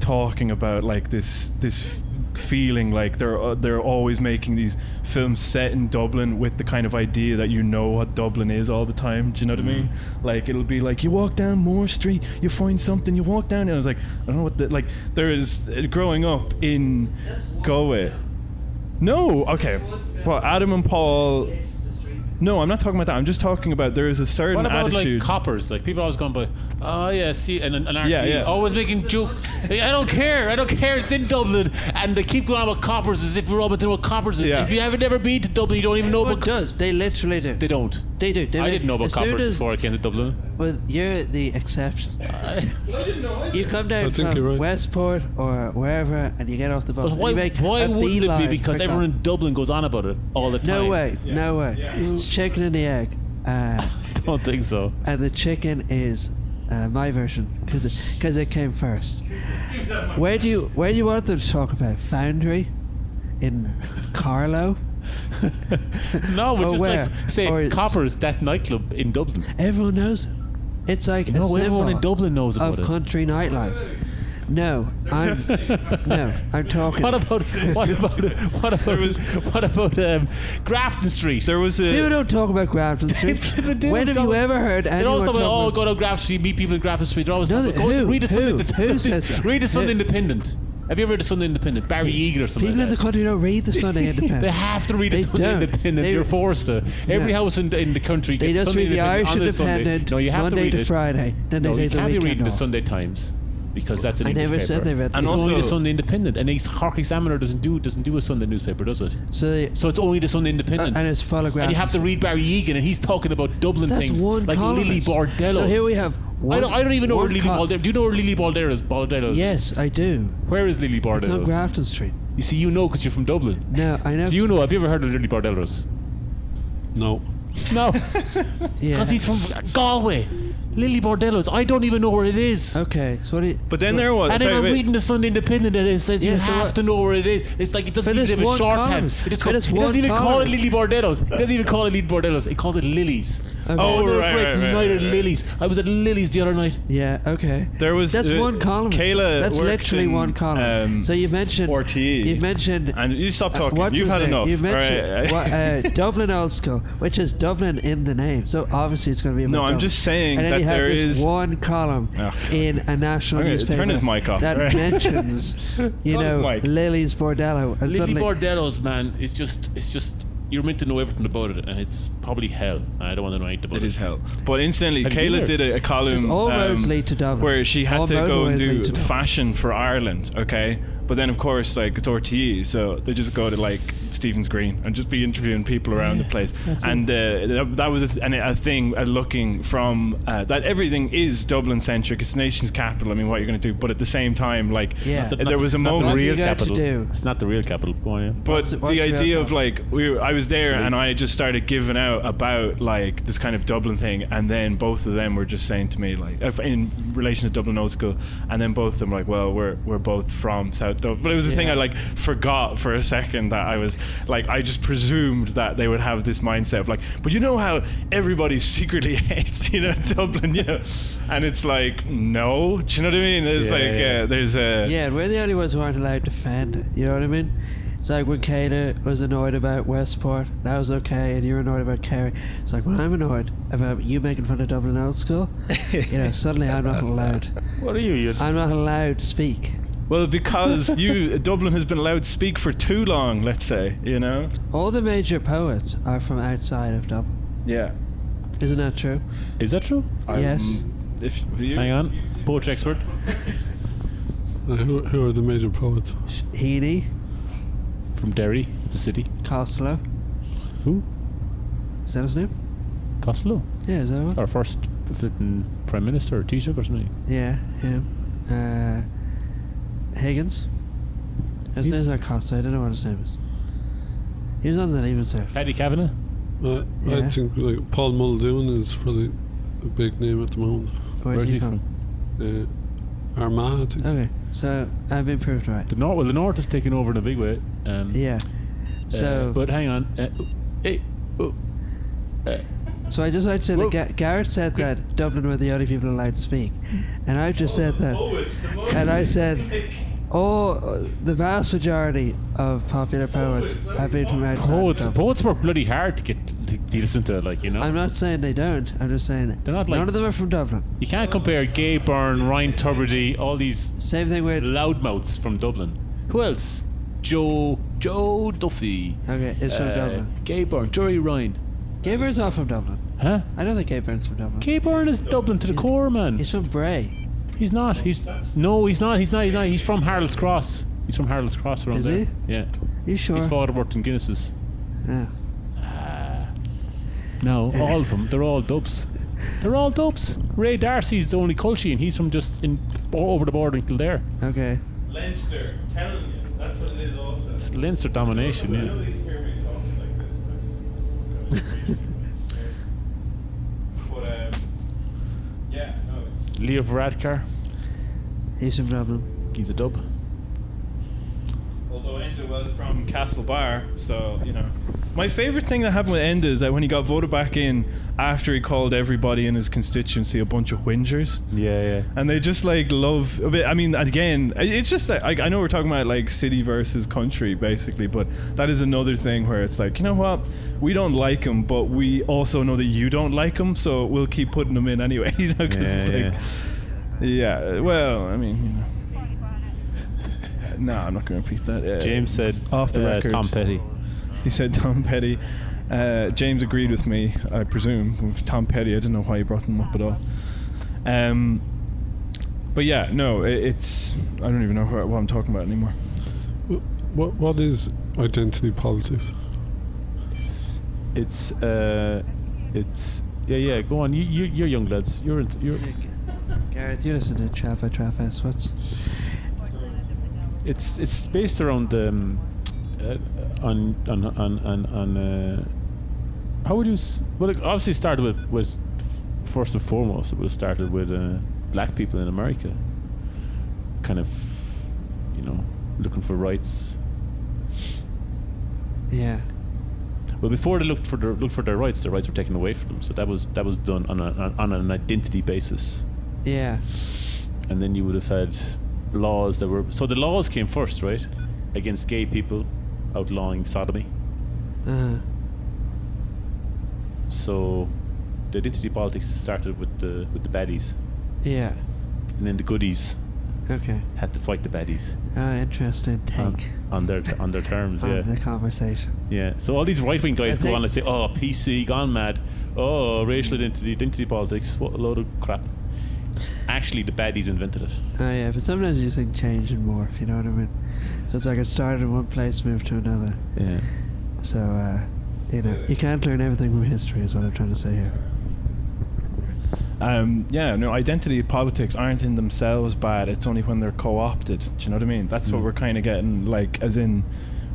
talking about like this this f- feeling like they're uh, they're always making these films set in Dublin with the kind of idea that you know what Dublin is all the time. Do you know what I mean? Like it'll be like you walk down Moore Street, you find something, you walk down, and I was like, I don't know what the like there is uh, growing up in Galway. No, okay. Well, Adam and Paul. No, I'm not talking about that. I'm just talking about there is a certain What about attitude. like coppers? Like people always going by, oh yeah, see, and an RT Yeah, yeah. always making joke. Like, I don't care, I don't care. It's in Dublin, and they keep going on about coppers as if we're all about to know what coppers is. Yeah. If you haven't ever been to Dublin, you don't even know No, about. it Co- does. They literally do. they don't. They do. They I li- didn't know about as soon coppers as- before I came to [LAUGHS] Dublin. Well, you're the exception. I- You come I down think from you're right. Westport or wherever, and you get off the bus. but and why? you make Why a wouldn't it beeline be? for Because Dublin. everyone in Dublin goes on about it all the time. No [LAUGHS] way, Yeah. no way. Yeah. It's chicken and the egg. Uh, Don't think so. [LAUGHS] and the chicken is uh, my version because it, 'cause it came first. Where do you where do you want them to talk about Foundry in Carlow? no, we're Or just where? like say Or it's- coppers that nightclub in Dublin. Everyone knows it. It's like a No, everyone in symbol Dublin knows about of it. country nightlife. No, [LAUGHS] I'm no, I'm talking. What about what about what about what about um, Grafton Street? there was People a don't talk about [LAUGHS] Grafton Street. People do when have talk- you ever heard They're anyone always talk talking about, oh, about? go to Grafton Street, meet people in Grafton Street. They're always No, talking, they- go to- who? read the Sunday, Who? the, Who says that? read the Sunday Who? Independent. Have you ever read the Sunday Independent? Barry Eagle or something. People like in the that. country don't read [LAUGHS] the Sunday Independent. They have to read the They Sunday don't. Independent. They- You're forced to. Every Yeah. house in the, in the country They gets just Sunday read the Irish Independent on the Sunday. Independent No, you have Monday to read to it. Friday. Then No, you they read the can't be weekend reading the off. Sunday Times because that's an I English never said paper. they read the And It's Sunday. also- only the Sunday Independent, and the Cork Examiner doesn't do doesn't do a Sunday newspaper, does it? So they, So it's only the Sunday Independent. Uh, and it's photographed. And you have to read Barry Egan, and he's talking about Dublin That's things one like Lily columnist. Bordello. So here we have one. I don't, I don't even know where one Lily col- Bordello. Do you know where Lily Bordello is? Bordello is? Yes, I do. Where is Lily It's on Bordello? Grafton Street. you see, you know because you're from Dublin. No, I know. Do you know? Have you ever heard of Lily Bordello's? No. No, [LAUGHS] Yeah. because he's from Galway. Lily Bordello's. I don't even know where it is. Okay, so what do you, but then there was and then sorry, I'm wait. reading the Sunday Independent, and it says you Yeah, so have what- to know where it is. It's like it doesn't For even this have a one shorthand. columnist. It, just For calls, this it doesn't one even call it columnist. Lily Bordello's. It doesn't even call it Lily Bordello's. It calls it Lily's. Okay. Oh, the right, great right, right, night right, at right. Lily's. I was at Lily's the other night. Yeah, okay. There was, that's uh, one column. Kayla That's worked literally in, one column. um, so you've mentioned RTE. You've mentioned uh, and you stop talking. What's You've his had name? enough. You've Right. mentioned [LAUGHS] what, uh, Dublin Old School, which is Dublin in the name. So obviously it's going to be. about No, I'm Dublin. just saying and then that you have there this is- one column Oh. in a national I'm gonna newspaper turn his mic off. that Right. [LAUGHS] mentions, you Not his know, mic. Lily's Bordello. And Lily suddenly, Bordello's, man, it's just, it's just, you're meant to know everything about it, and it's probably hell. I don't want to know anything about it. It is hell. But incidentally, Have you Kayla been there? did a, a column all roads um, lead to Dublin. where she had All to go and motorways lead do to Dublin. fashion for Ireland. Okay, but then of course, like it's RTE, so they just go to like Stephen's Green and just be interviewing people around the place. And uh, that, that was a, th- and a thing uh, looking from uh, that everything is Dublin centric. It's the nation's capital. I mean, what you're going to do? But at the same time, like Yeah. Not the- Not there the- was a not the moment. What are real you going to capital. do? It's not the real capital. Go on, yeah. But What's the- the, what's the idea outcome? of like we were, I was there and I just started giving out about like this kind of Dublin thing, and then both of them were just saying to me like if- in relation to Dublin Old School, and then both of them were like, well, we're we're both from South Dublin. But it was the thing Yeah. I like forgot for a second that I was like I just presumed that they would have this mindset of like, but you know how everybody [LAUGHS] secretly hates you know [LAUGHS] Dublin, you know, and it's like no, do you know what I mean? It's Yeah, like yeah. Uh, there's a Yeah, and we're the only ones who aren't allowed to defend it. You know what I mean? It's like when Kayla was annoyed about Westport, that was okay, and you're annoyed about Kerry. It's like when I'm annoyed about you making fun of Dublin Old School, you know, suddenly I'm not allowed. What are you? You're I'm not allowed to speak. Well, because you Dublin has been allowed to speak for too long, let's say, you know? All the major poets are from outside of Dublin. Yeah. Isn't that true? Is that true? Yes. If you, Hang on. Poetry expert. Uh, who, who are the major poets? Heaney, From Derry, the city. Costello. Who? Is that his name? Costello. Yeah, is that Our one? first flipping prime minister or Taoiseach or something. Yeah, him. Uh, Higgins. His He's- name's not Costello. I don't know what his name is. He was on the leaving cert. Paddy Kavanagh. Uh, Yeah. I think like Paul Muldoon is probably a big name at the moment. Where's, Where's he, he from? Uh, Armagh, I think. Okay, so I've been proved right. The North. Well, the North is taking over in a big way. Um, uh, Yeah. So, but hang on. Uh, hey. oh, uh, so I just like to say Well- that Ga- Garrett said that Dublin were the only people allowed to speak, and I've just said that. Oh, it's the most- And I said, Like, Oh, the vast majority of popular poets it's have been from like- outside. poets. Dublin. Poets were bloody hard to get to, to listen to. Like you know. I'm not saying they don't. I'm just saying that They're not like- none of them are from Dublin. You can't compare Gay Byrne, Ryan Tuberty, all these Same thing with loudmouths from Dublin. Who else? Joe Joe Duffy. Uh, okay, it's from Dublin. Gay Byrne, Jory Ryan. Gabriel's not from Dublin. Huh? I don't think Gabriel's from Dublin. Gay Byrne is Dublin to the core, man. He's from Bray. He's not. He's no. He's not. He's not. He's not. He's from Harold's Cross. He's from Harold's Cross around Is there. he? Yeah. You sure? He's father worked in Guinness's. yeah. No, all of them. They're all dubs. They're all dubs. Ray Darcy's the only culture, and he's from just in all over the border in Kildare. Okay. [LAUGHS] Leinster, telling you, that's what it is also. It's Leinster domination. I know Yeah. they can hear me talking like this. I'm just. I'm just but um, yeah, no, it's. Leo Varadkar. He's from Dublin. He's a dub. Although Enda was from Castle Bar, so you know. My favorite thing that happened with Enda is that when he got voted back in, after he called everybody in his constituency a bunch of whingers, Yeah, and they just like love. a bit- I mean, again, i- it's just like, I, I know we're talking about like city versus country basically, but that is another thing where it's like, you know what, we don't like him, but we also know that you don't like him, so we'll keep putting him in anyway. [LAUGHS] You know, 'cause it's Yeah, like, yeah. Well, I mean, you know. No, I'm not going to repeat that. Uh, James said it's off the uh, record. Tom Petty. He said Tom Petty. Uh, James agreed with me, I presume. With Tom Petty, I don't know why he brought him up at all. Um, but yeah, no, it, it's I don't even know who- what I'm talking about anymore. Wh- What what is identity politics? It's uh, it's yeah, yeah. Go on. You, you you're young lads. You're into, you're. Gareth, you listen to Traffa Traffas. What's It's it's based around um, uh, on on on on on. Uh, how would you? S- well, it obviously started with with first and foremost. It would have started with uh, black people in America, kind of, you know, looking for rights. yeah? Well, before they looked for their looked for their rights, their rights were taken away from them. So that was that was done on a, on an identity basis. Yeah. and then you would have had laws that were so the laws came first right against gay people outlawing sodomy Uh, so the identity politics started with the with the baddies yeah. and then the goodies Okay. had to fight the baddies Uh, interesting take on, Um, on their on their terms [LAUGHS] on yeah the conversation. yeah so all these right wing guys I go on and think- say oh PC gone mad oh racial identity identity politics what a load of crap actually the baddies invented it Oh yeah, but sometimes you think change and morph. You know what I mean? So it's like it started in one place, moved to another. yeah So uh, you know, you can't learn everything from history, is what I'm trying to say here. Um, yeah, no, identity politics aren't in themselves bad. It's only when they're co-opted. Do you know what I mean? That's what Mm. we're kind of getting. Like, as in,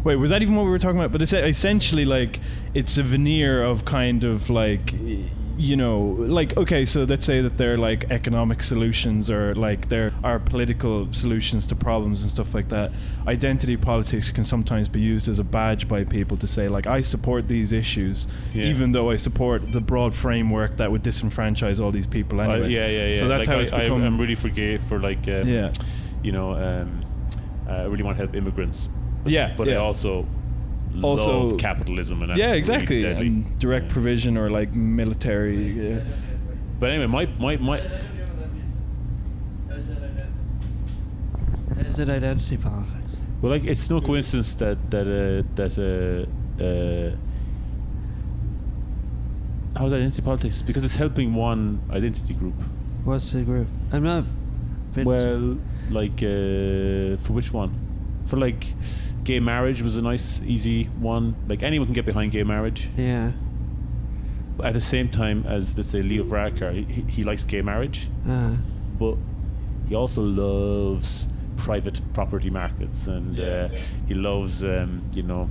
wait, was that even what we were talking about? But it's essentially like it's a veneer of kind of like, y- you know, like okay, so let's say that they're like economic solutions or like there are political solutions to problems and stuff like that. Identity politics can sometimes be used as a badge by people to say like I support these issues, Yeah. even though I support the broad framework that would disenfranchise all these people Uh, anyway. yeah, yeah, yeah. So that's Like, how it's I, become. I, am really for gay for like, um, Yeah. you know, um, I really want to help immigrants, yeah, but yeah. I also Also- love capitalism and that's yeah, really exactly. deadly. and direct Yeah. provision or like military. Yeah. But anyway, my my my. Is is it identity politics? Well, like it's no coincidence that that uh, that uh, uh, how's identity politics because it's helping one identity group. What's the group? I'm not. been- Well, like uh, for which one? For like gay marriage was a nice, easy one. Like anyone can get behind gay marriage. Yeah. At the same time as let's say Leo Varadkar, he, he- he likes gay marriage, Uh, but he also loves private property markets and Yeah, uh, yeah. he loves um, you know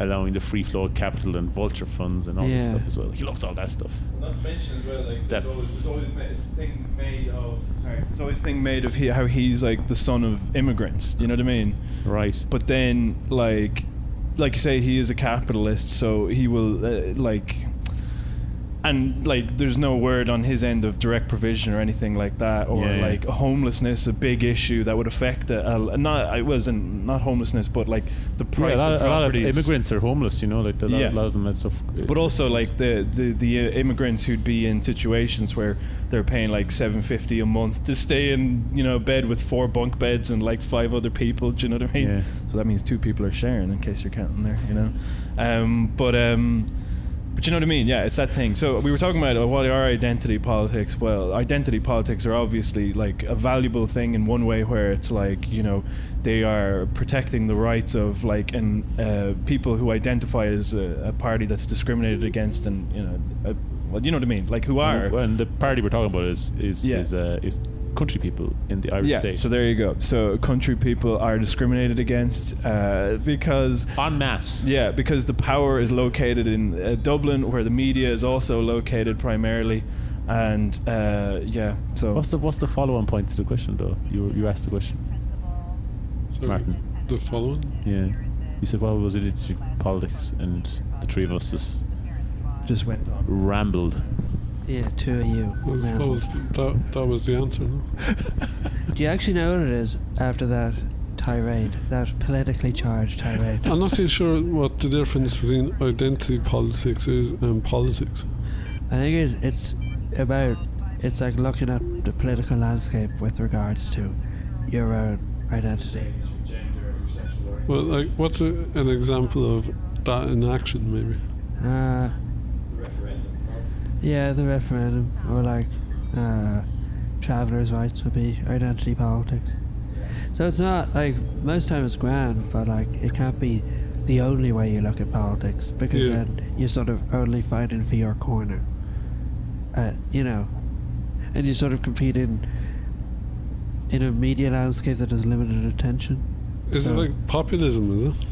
allowing the free flow of capital and vulture funds and all this Yeah. stuff as well. He loves all that stuff. Not to mention as well, like there's That- always there's always ma- this thing made of sorry, There's there's always thing made of he, how he's like the son of immigrants. You know what I mean? Right. But then, like, like you say, he is a capitalist, so he will uh, like, and like, there's no word on his end of direct provision or anything like that, or Yeah, yeah. like homelessness, a big issue that would affect a, a- not it wasn't not homelessness, but like the Yeah, a, price lot, of a lot of properties. immigrants are homeless, you know, like a lot, Yeah. a lot of them had stuff. But also like the, the the uh, immigrants who'd be in situations where they're paying like seven fifty a month to stay in you know bed with four bunk beds and like five other people. Do you know what I mean? Yeah. So that means two people are sharing in case you're counting there. You know, um, but um, but you know what I mean? Yeah, it's that thing. So we were talking about uh, what are identity politics? Well, identity politics are obviously like a valuable thing in one way where it's like you know they are protecting the rights of like and uh, people who identify as a, a party that's discriminated against and you know uh well you know what I mean like who are and the party we're talking about is is Yeah. is, uh, is country people in the Irish yeah. state. So there you go. So country people are discriminated against uh, because en masse. Yeah, because the power is located in uh, Dublin, where the media is also located primarily, and uh, yeah. So What's the what's the follow-on point to the question though? You you asked the question. So Martin. The following? Yeah. You said what was it? It's politics, and the three of us just [LAUGHS] just went on. rambled. yeah, two of you. That was, that, man. was, that, that was the answer, no? Do you actually know what it is after that tirade, that politically charged tirade? I'm not too sure what the difference between identity politics is and politics. I think it's, it's about it's like looking at the political landscape with regards to your own identity. things from gender or sexual orientation. Well, like, what's a, an example of that in action, maybe? Uh, the referendum. yeah, the referendum or like uh, travelers' rights would be identity politics. So it's not like most time it's grand, but like it can't be the only way you look at politics because Yeah. then you're sort of only fighting for your corner. Uh, you know, and you're sort of competing in a media landscape that has limited attention. Is So- it like populism, is it?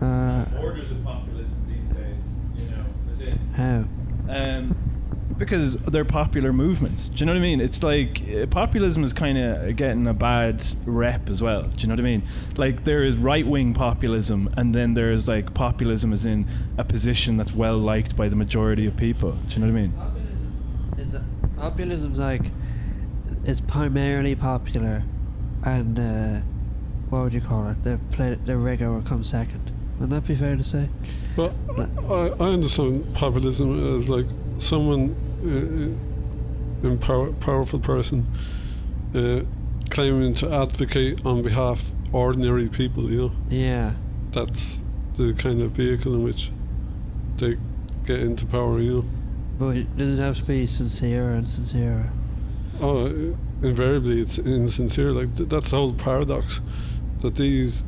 Uh, Borders of populism these days, you know, as in how? Um, because they're popular movements. Do you know what I mean? It's like uh, populism is kind of getting a bad rep as well. Do you know what I mean? Like there is right wing populism, and then there is like populism is in a position that's well liked by the majority of people. Do you know what I mean? Populism is populism's like it's primarily popular, and uh, what would you call it? The play, the rigor will come second. Would that be fair to say? Well, I, I understand populism as like someone, uh, uh, in power, powerful person, uh, claiming to advocate on behalf of ordinary people. You know, Yeah, that's the kind of vehicle in which they get into power. You but it doesn't have to be sincere and sincere. know, oh, uh, invariably it's insincere. Like th- that's the whole paradox that these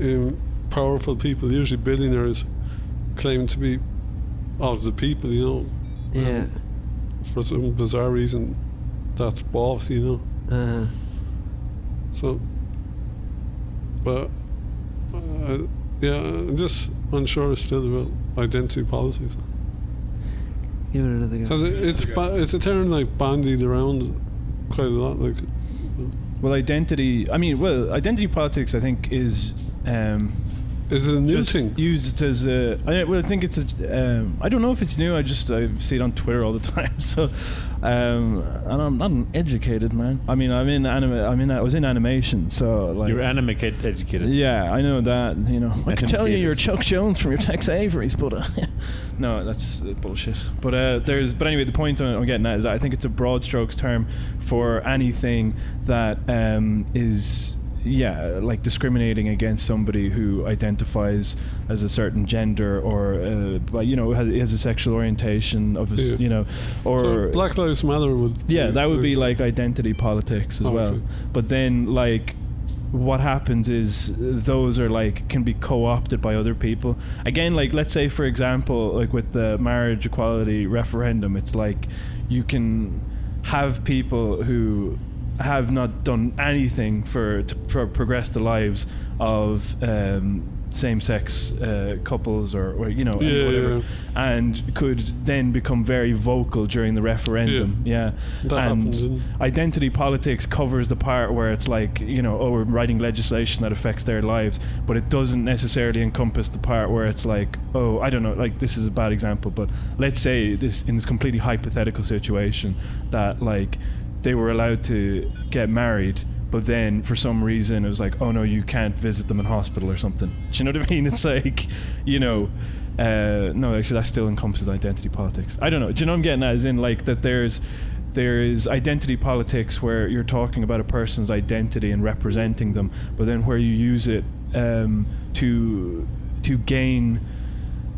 um, powerful people, usually billionaires, claim to be of the people. You know, Yeah. for some bizarre reason, that's boss, you know. Uh, So, but uh, yeah, I'm just unsure still about identity politics give it another because go. it, it's ba- it's a term like bandied around quite a lot. Like, Well, identity. I mean, well, identity politics. I think is um, Is it a new just thing? used as a. I, well, I think it's a. Um, I don't know if it's new. I just I see it on Twitter all the [LAUGHS] time. So, um, and I'm not an educated man. I mean, I'm in anime. I mean, I was in animation. So like You're anime ed- educated. Yeah, I know that. You know, I can tell you Educated. you're Chuck Jones from your Tex Avery's, but uh, [LAUGHS] no, that's uh, bullshit. But uh, there's, but anyway, the point I'm I'm getting at is that I think it's a broad strokes term for anything that um, is, yeah, like discriminating against somebody who identifies as a certain gender or, uh, but, you know, has, has a sexual orientation of, a, s- Yeah. you know, or So Black Lives Matter would. yeah, that would be like identity politics as Oh, well. true. But then, like, what happens is those are like can be co-opted by other people. Again, like let's say for example, like with the marriage equality referendum, it's like you can have people who have not done anything for to pro- progress the lives of um, same-sex uh, couples or, or you know Yeah, whatever, yeah. and could then become very vocal during the referendum. Yeah, Yeah. That and happens in- identity politics covers the part where it's like you know, oh, we're writing legislation that affects their lives, but it doesn't necessarily encompass the part where it's like, oh, I don't know, like this is a bad example, but let's say this in this completely hypothetical situation that like they were allowed to get married. But then, for some reason, it was like, "Oh no, you can't visit them in hospital or something." [LAUGHS] Do you know what I mean? It's like, you know, uh, no, actually, that still encompasses identity politics. I don't know. Do you know what I'm getting at? As in, like, that there's there is identity politics where you're talking about a person's identity and representing them, but then where you use it um, to to gain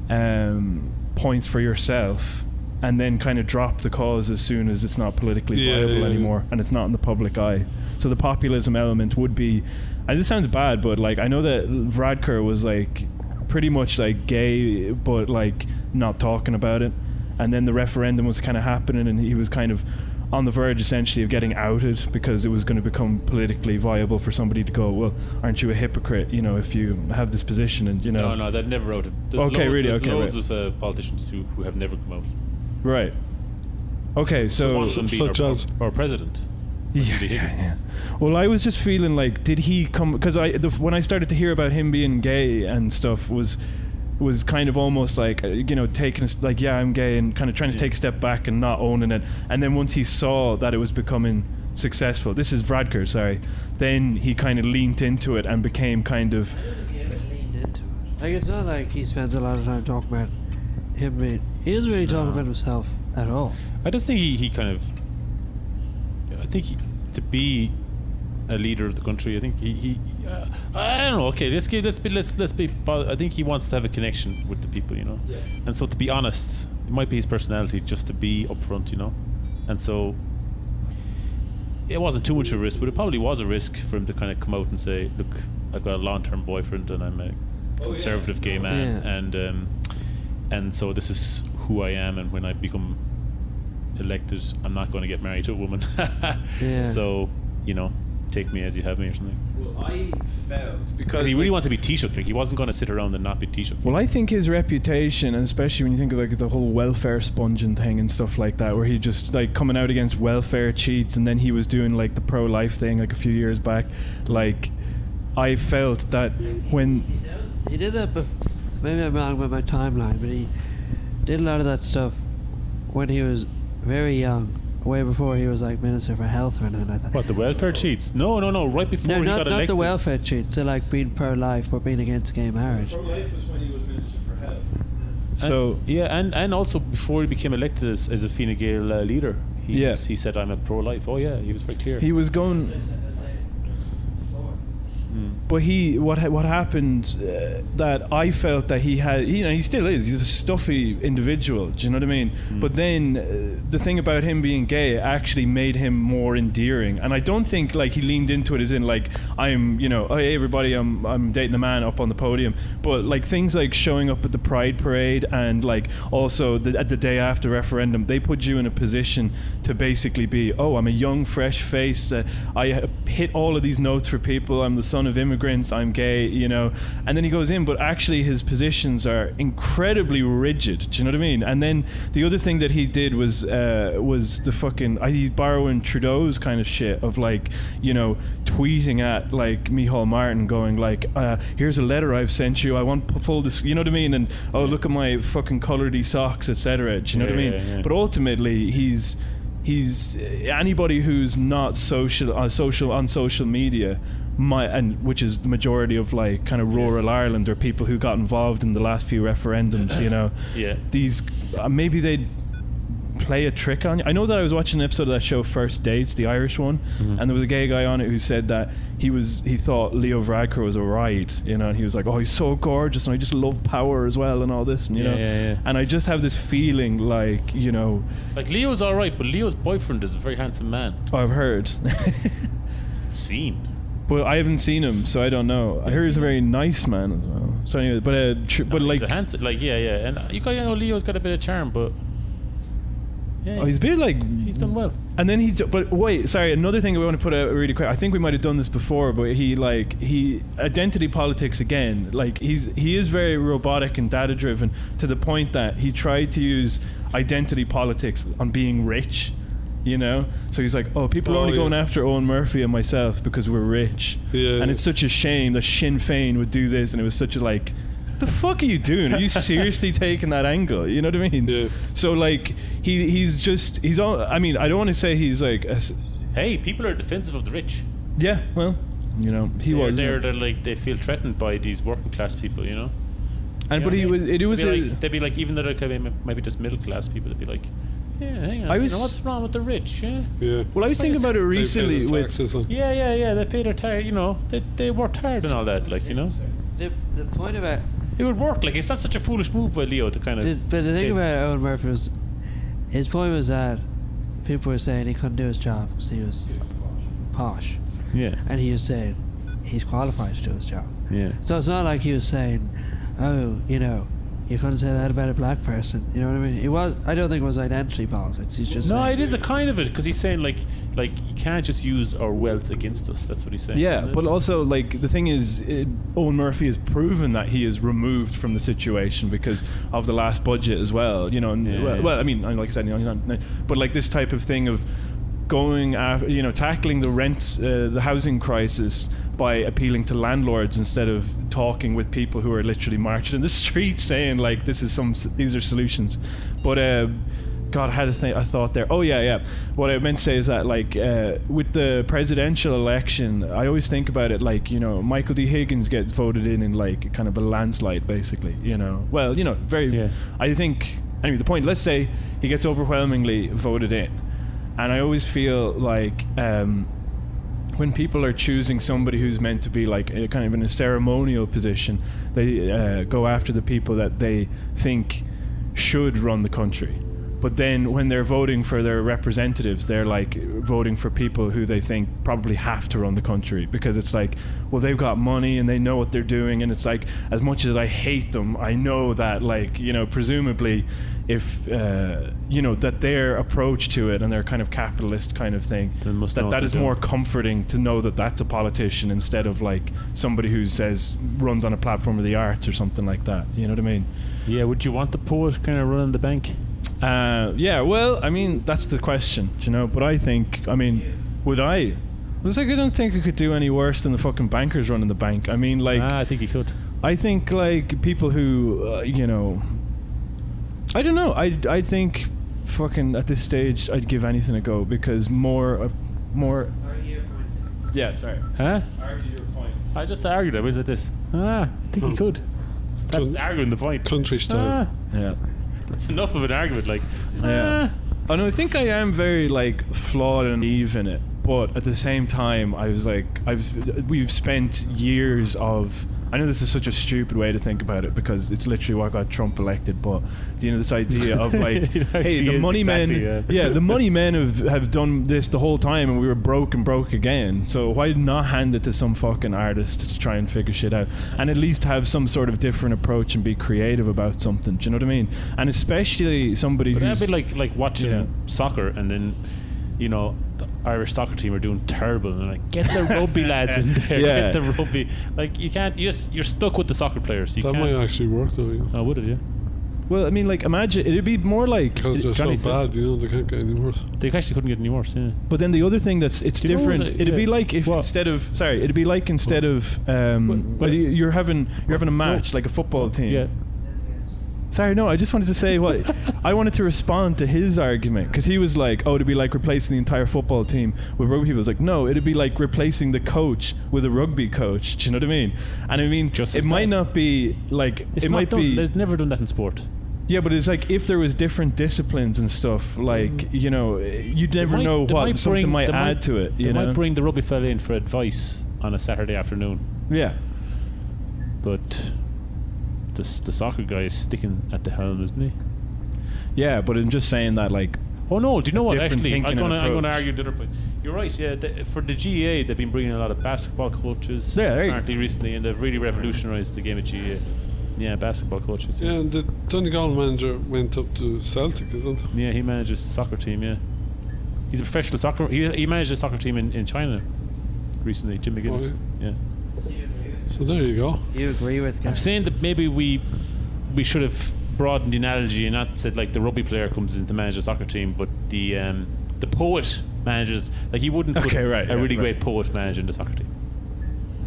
um, points for yourself, and then kind of drop the cause as soon as it's not politically Yeah, viable yeah, yeah. anymore, and it's not in the public eye. So the populism element would be, and this sounds bad, but like I know that Radker was like pretty much like gay, but like not talking about it and then the referendum was kind of happening and he was kind of on the verge essentially of getting outed because it was going to become politically viable for somebody to go well aren't you a hypocrite you know if you have this position and you know No, no, they've never out it. There's Okay, loads, really, There's okay, loads right. of uh, politicians who, who have never come out. right okay so One of them being such our, as- our president. yeah, Andy yeah, Higgins. yeah. Well, I was just feeling like, did he come? Because I, the, when I started to hear about him being gay and stuff, was was kind of almost like uh, you know taking a, s- like yeah I'm gay and kind of trying to Yeah. take a step back and not owning it. And then once he saw that it was becoming successful, this is Radker, sorry. Then he kind of leaned into it and became kind of Like it's not like he spends a lot of time talking about him. being- He doesn't really talk about himself at all. I just think he, he kind of. I think he, to be a leader of the country, I think he. he uh, I don't know. Okay, let's get, let's be let's let's be. po- I think he wants to have a connection with the people, you know. Yeah. And so to be honest, it might be his personality just to be upfront, you know. And so it wasn't too much of a risk, but it probably was a risk for him to kind of come out and say, "Look, I've got a long-term boyfriend, and I'm a conservative gay man, Yeah. and um, and so this is who I am, and when I become elected, I'm not going to get married to a woman. [LAUGHS] Yeah. So you know, take me as you have me, or something." Well, I felt because Because he really like, wanted to be Taoiseach. Like he wasn't going to sit around and not be Taoiseach. Well, I think his reputation, and especially when you think of like the whole welfare sponging thing and stuff like that, where he just like coming out against welfare cheats, and then he was doing like the pro-life thing like a few years back. Like, I felt that when He did that, but maybe I'm wrong about my timeline. But he did a lot of that stuff when he was very young, way before he was like minister for health or anything like that. What the welfare cheats? No, no, no. Right before No, he not, got not elected. the welfare cheat. So like being pro-life or being against gay marriage. pro-life was when he was minister for health. And- so yeah, and, and also before he became elected as, as a Fine Gael uh, leader, he Yeah. was- he said I'm a pro-life. Oh yeah, he was very clear. he was going. Mm. But he, what ha- what happened? Uh, that I felt that he had, you know, he still is. He's a stuffy individual. Do you know what I mean? But then uh, the thing about him being gay actually made him more endearing. And I don't think like he leaned into it as in like I'm, you know, hey everybody, I'm I'm dating the man up on the podium. But like things like showing up at the Pride Parade and like also the, at the day after referendum, they put you in a position to basically be, oh, I'm a young, fresh face. Uh, I uh, hit all of these notes for people. I'm the son of immigrants immigrants, I'm gay, you know. And then he goes in, but actually his positions are incredibly rigid. Do you know what I mean? And then the other thing that he did was uh, was the fucking I, he's borrowing Trudeau's kind of shit of like you know tweeting at like Michal Martin, going like, uh, "Here's a letter I've sent you. I want p- full dis-, you know what I mean?" And oh, look at my fucking coloredy socks, etc. Do you know Yeah, what I mean? yeah, yeah. But ultimately, he's he's anybody who's not social uh, social on social media my and which is the majority of like kind of rural Ireland or people who got involved in the last few referendums you know Yeah. these uh, maybe they play a trick on you I know that I was watching an episode of that show First Dates the Irish one Mm-hmm. and there was a gay guy on it who said that he was he thought Leo Varadkar was a ride you know and he was like oh he's so gorgeous and I just love power as well and all this and you Yeah, know yeah, yeah. and I just have this feeling like you know Like Leo's all right, but Leo's boyfriend is a very handsome man. I've heard. [LAUGHS] Seen. but I haven't seen him, so I don't know. I hear he's a very nice man as well. So anyway, but uh, tr- but He's like, a handsome, like yeah, yeah. And uh, you got you know Leo's got a bit of charm, but yeah, oh, he's been like, he's done well. and then he's. But wait, sorry. Another thing we want to put out really quick. I think we might have done this before, but he like he identity politics again. Like he's he is very robotic and data driven to the point that he tried to use identity politics on being rich. You know, so he's like, "Oh, people are Oh, only yeah. going after Owen Murphy and myself because we're rich." Yeah. and it's such a shame that Sinn Fein would do this, and it was such a like, the fuck are you doing? [LAUGHS] Are you seriously taking that angle? You know what I mean? Yeah. So like, he he's just he's all. I mean, I don't want to say he's like, a s Hey, people are defensive of the rich. yeah, well, you know, he They're, was. they're, they're like they feel threatened by these working class people, you know. and You know but what I he mean? was. It, was. They'd a- be, like, they'd be like, even though they're kind of maybe just middle class people, they'd be like, yeah, hang on, I I was- was, what's wrong with the rich? Yeah, Yeah. well, I was thinking about it They pay recently the with. taxes on- yeah, yeah, yeah. They pay their tire, you know. They they worked hard and all that, like you know. The, the point about It would work. Like it's not such a foolish move by Leo to kind of. This- but the thing get- about Owen Murphy was his point was that people were saying he couldn't do his job because he was posh, yeah, and he was saying he's qualified to do his job. yeah, So it's not like he was saying, "Oh, you know, you couldn't say that about a black person." You know what I mean? It was. I don't think it was identity politics. He's just No, saying, it is a kind of it because he's saying like like you can't just use our wealth against us. That's what he's saying. Yeah, isn't it? but also like the thing is, it, Owen Murphy has proven that he is removed from the situation because of the last budget as well. You know, and, Yeah. well, well, I mean, I- like I said, you know, he's not- but like this type of thing of going, af you know, tackling the rent, uh, the housing crisis by appealing to landlords instead of talking with people who are literally marching in the [LAUGHS] streets saying like this is some s- these are solutions, but. Uh, God, I had a, th- a thought there. Oh yeah, yeah. What I meant to say is that, like, uh, with the presidential election, I always think about it like, you know, Michael D. Higgins gets voted in in like kind of a landslide, basically. You know, well, you know, very. Yeah. I think anyway. The point. Let's say he gets overwhelmingly voted in, and I always feel like um, when people are choosing somebody who's meant to be like a, kind of in a ceremonial position, they uh, go after the people that they think should run the country. But then when they're voting for their representatives, they're like voting for people who they think probably have to run the country because it's like, well, they've got money and they know what they're doing. And it's like, as much as I hate them, I know that, like, you know, presumably if, uh, you know, that their approach to it and their kind of capitalist kind of thing, They must know that what that they're is doing. more comforting to know that that's a politician instead of like somebody who says runs on a platform of the arts or something like that. You know what I mean? yeah. Would you want the poet kind of running the bank? Uh, yeah. Well, I mean that's the question, do you know. But I think, I mean, would I? I was like, I don't think I could do any worse than the fucking bankers running the bank. I mean, like, ah, I think he could. I think like people who uh, you know I don't know I I think fucking at this stage I'd give anything a go because more uh, more yeah sorry Huh? Argue your point. [LAUGHS] I just argued a bit like this. Ah, I think he could. That's Con- arguing the point. Country Ah, style. yeah that's enough of an argument. Like, Yeah. ah. and I think I am very like flawed and naive in it but at the same time I was like I've we've spent years of I know this is such a stupid way to think about it because it's literally what got Trump elected but you know this idea [LAUGHS] of like It hey actually the is money men exactly, yeah. yeah the money men have, have done this the whole time and we were broke and broke again so why not hand it to some fucking artist to try and figure shit out and at least have some sort of different approach and be creative about something do you know what I mean and especially somebody But who's that'd be like like watching Yeah. soccer and then, you know, th- Irish soccer team are doing terrible, and they're like get the rugby [LAUGHS] lads in there, Yeah. get the rugby. Like you can't, you just, you're stuck with the soccer players. You that can't. might actually work though, Uh, you know. oh, would it? Yeah, Well, I mean, like, imagine it'd be more like. Because they're Johnny so said- bad, you know, they can't get any worse. they actually couldn't get any worse. Yeah. But then the other thing that's it's Do you know what different. I- it'd be yeah. like if What? instead of sorry, it'd be like instead of What- um, what- well, you- you're having you're having a match like a football team. Yeah. Sorry, no. I just wanted to say what [LAUGHS] I wanted to respond to his argument because he was like, "Oh, it'd be like replacing the entire football team with rugby people." It's like, no, it'd be like replacing the coach with a rugby coach. Do you know what I mean? And I mean, Just it as might bad. not be like It's it not might done. be. They've never done that in sport. Yeah, but it's like if there was different disciplines and stuff, like you know, you'd Mm. They never might- know they what might something bring- might they add to it. You they know, might bring the rugby fella in for advice on a Saturday afternoon, yeah, but the s- the soccer guy is sticking at the helm, isn't he? yeah. But I'm just saying that, like, Oh no! Do you know what? different Actually, thinking I'm and gonna I'm gonna approach. argue the other point. You're right. Yeah, the, for the GEA, they've been bringing a lot of basketball coaches. Yeah, there you go. apparently recently, and they've really revolutionised the game at GEA. Yeah, basketball coaches. Yeah, and the Donegal manager went up to Celtic, isn't he? Yeah, he manages the soccer team. Yeah, he's a professional soccer. He, he managed a soccer team in, in China recently. Jim McGuinness. Oh, yeah. So there you go. You agree with Gary? I'm saying that maybe we we should have broadened the analogy and not said like the rugby player comes in to manage a soccer team, but the um, the poet manages like you wouldn't put Okay, right, yeah, a really right. great poet managing the soccer team.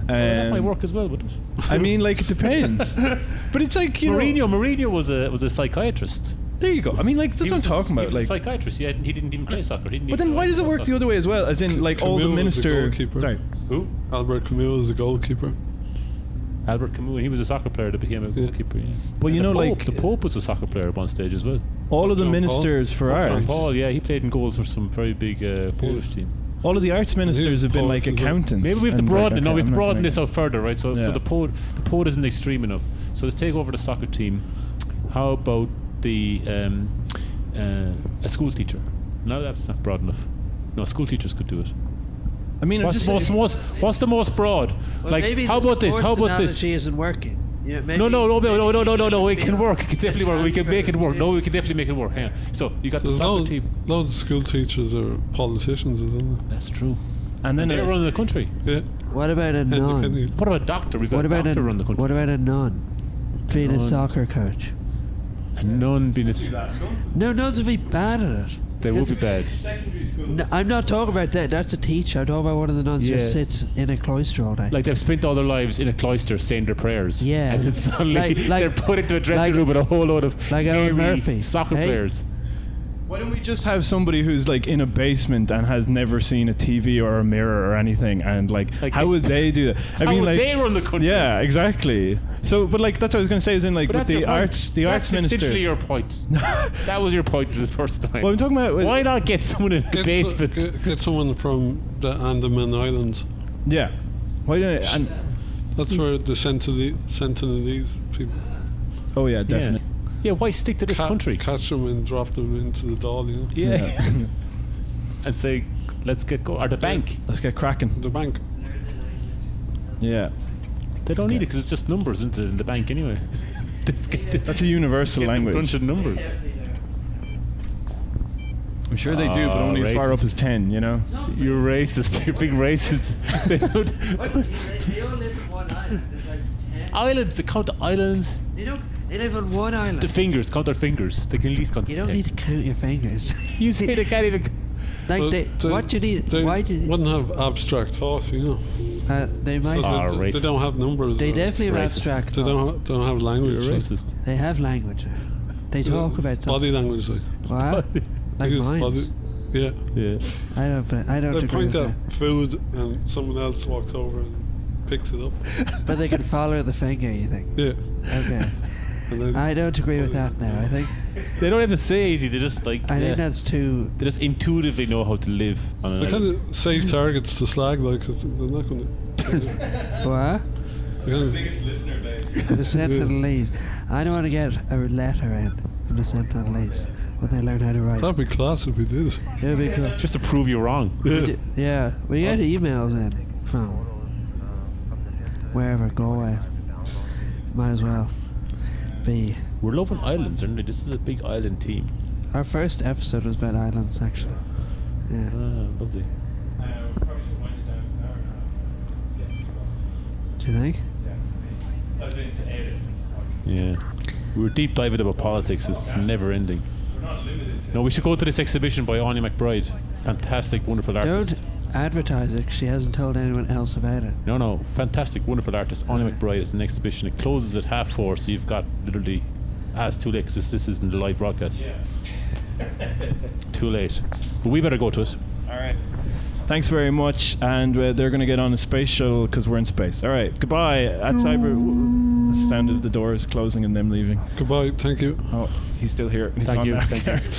Well, that um, might work as well, wouldn't [LAUGHS] it? I mean, like, it [LAUGHS] depends. but it's like you Mourinho, know, Mourinho was a was a psychiatrist. there you go. I mean, like, that's He what I'm was a- talking he about. was a Like, psychiatrist. He, hadn't, he didn't even play soccer. He didn't but even then know why anything does it about work the soccer. other way as well? As in, C- like, all the Camille was the minister. goalkeeper. Sorry. Who? Albert Camus is a goalkeeper. Albert Camus. He was a soccer player that became a Yeah. goalkeeper. Yeah. Well, And you know, the Pope- like- uh, the Pope was a soccer player at one stage as well. All of the John Paul. ministers for Pope arts, John Paul, yeah, he played in goals for some very big uh, Polish team. all of the arts ministers have been Paul like as well. accountants. Maybe we have to and, like, broaden it. No, okay, we have I'm to not broaden gonna- this out further, right? So, Yeah. so the pod, the pod isn't extreme enough. So to take over the soccer team, how about the um, uh, a school teacher? No, that's not broad enough. No, school teachers could do it. I mean, I'm What's just the most, most What's the most broad? Well, like, maybe how the about this? How sports about this? analogy isn't working. You know, maybe, No, no, no, no, no, no, no, no. It maybe can work. It can a definitely work. We can transfer make it work. to- No, we can definitely make it work. Hang on. So you got the There's soccer loads, team. loads of school teachers are politicians, isn't That's true. and then They're uh, running the country. there? Yeah. What [LAUGHS] about a And nun? they can- What about a doctor? We've got What a about doctor a running the country. what about a nun being a Nun. soccer coach? a non business? No, nuns would be bad at it. They will be bad. Secondary school. No, I'm not talking about that. That's a teacher. I'm talking about one of the nuns who Yeah. sits in a cloister all day. Like they've spent all their lives in a cloister saying their prayers. Yeah. And then suddenly Like- [LAUGHS] like- they're put into a dressing like- room with a whole load of like Aaron hairy Murphy. soccer Hey. players. Why don't we just have somebody who's like in a basement and has never seen a TV or a mirror or anything, and like, Like- how would they do that? I How mean, would like, Oh, they run the country? yeah, exactly. So, but like, that's what I was going to say. Is in like But with that's the your point. arts, the that's arts minister. essentially your point. [LAUGHS] that was your point the first time. well, I'm talking about Why not get someone in the Get, so- basement? get, get someone from the Andaman Islands. Yeah. Why don't? I, and, That's where the Sentinel- Sentinelese people oh yeah, yeah. definitely. yeah, why stick to this ca- country? catch them and drop them into the doll, you know? yeah. and say, let's get go. Or the bank. [LAUGHS] Let's get cracking. The bank. Yeah. They don't need Okay. it because it's just numbers into the bank anyway. Let's get the, That's a universal get the language. bunch of numbers. I'm sure they do, but Ah, only as far up racist. as ten. You know. You're racist. [LAUGHS] You're big racist. They don't- they all live on one island. There's like ten. Islands, they count the islands. They don't. They live on one island. The fingers, count their fingers. They can at least count. you don't ten. need to count your fingers. [LAUGHS] You say they can't even. like But they, what you need? They why do you, wouldn't have abstract thought, you know? uh, they might? So Ah, they, they racist. don't have numbers. they or- definitely have racist. abstract. They thought. don't, ha- don't have language. You're like. racist. They have language. They talk about Body something. language, like. Wow. [LAUGHS] Like Use body- mines. Yeah. Yeah. I don't. I don't They agree with point at that. food and someone else walked over and picked [LAUGHS] it up. But they can follow the finger. You think? Yeah. Okay. And then I don't agree with that now. I think. They don't have to say anything. They just like. I yeah. think that's too. They just intuitively know how to live. On an They kind island. of save targets to slag, like, 'cause they're not going [LAUGHS] to. What? Biggest [LAUGHS] listener base. The Sentinelese. I don't want to get a letter in from the Sentinelese when they learn how to write. That'd be class if we did. It would be cool. Just to prove you wrong. Yeah. D- Yeah, we Oh. get emails in from wherever, Galway. Might as well be. We're loving islands, aren't we? This is a big island team. Our first episode was about islands, actually. Ah, Yeah. lovely. you think? Yeah, as in to edit. Like, Yeah. We were deep diving about politics. It's never ending. we're not limited to. No, we should go to this exhibition by Anya McBride. Fantastic, wonderful artist. Don't advertise it. 'cause She hasn't told anyone else about it. No, no, fantastic, wonderful artist. Anya Okay. McBride is an exhibition. It closes at half four, so you've got literally. Ah, it's too late 'cause this, this isn't a live broadcast. Yeah. Too late. But we better go to it. [LAUGHS] All right. [LAUGHS] Thanks very much, and uh, they're going to get on a space shuttle because we're in space. All right, goodbye at Cyber. Ooh, The sound of the doors closing and them leaving. Goodbye. Thank you. Oh, he's still here. He's Thank gone you, now. thank you.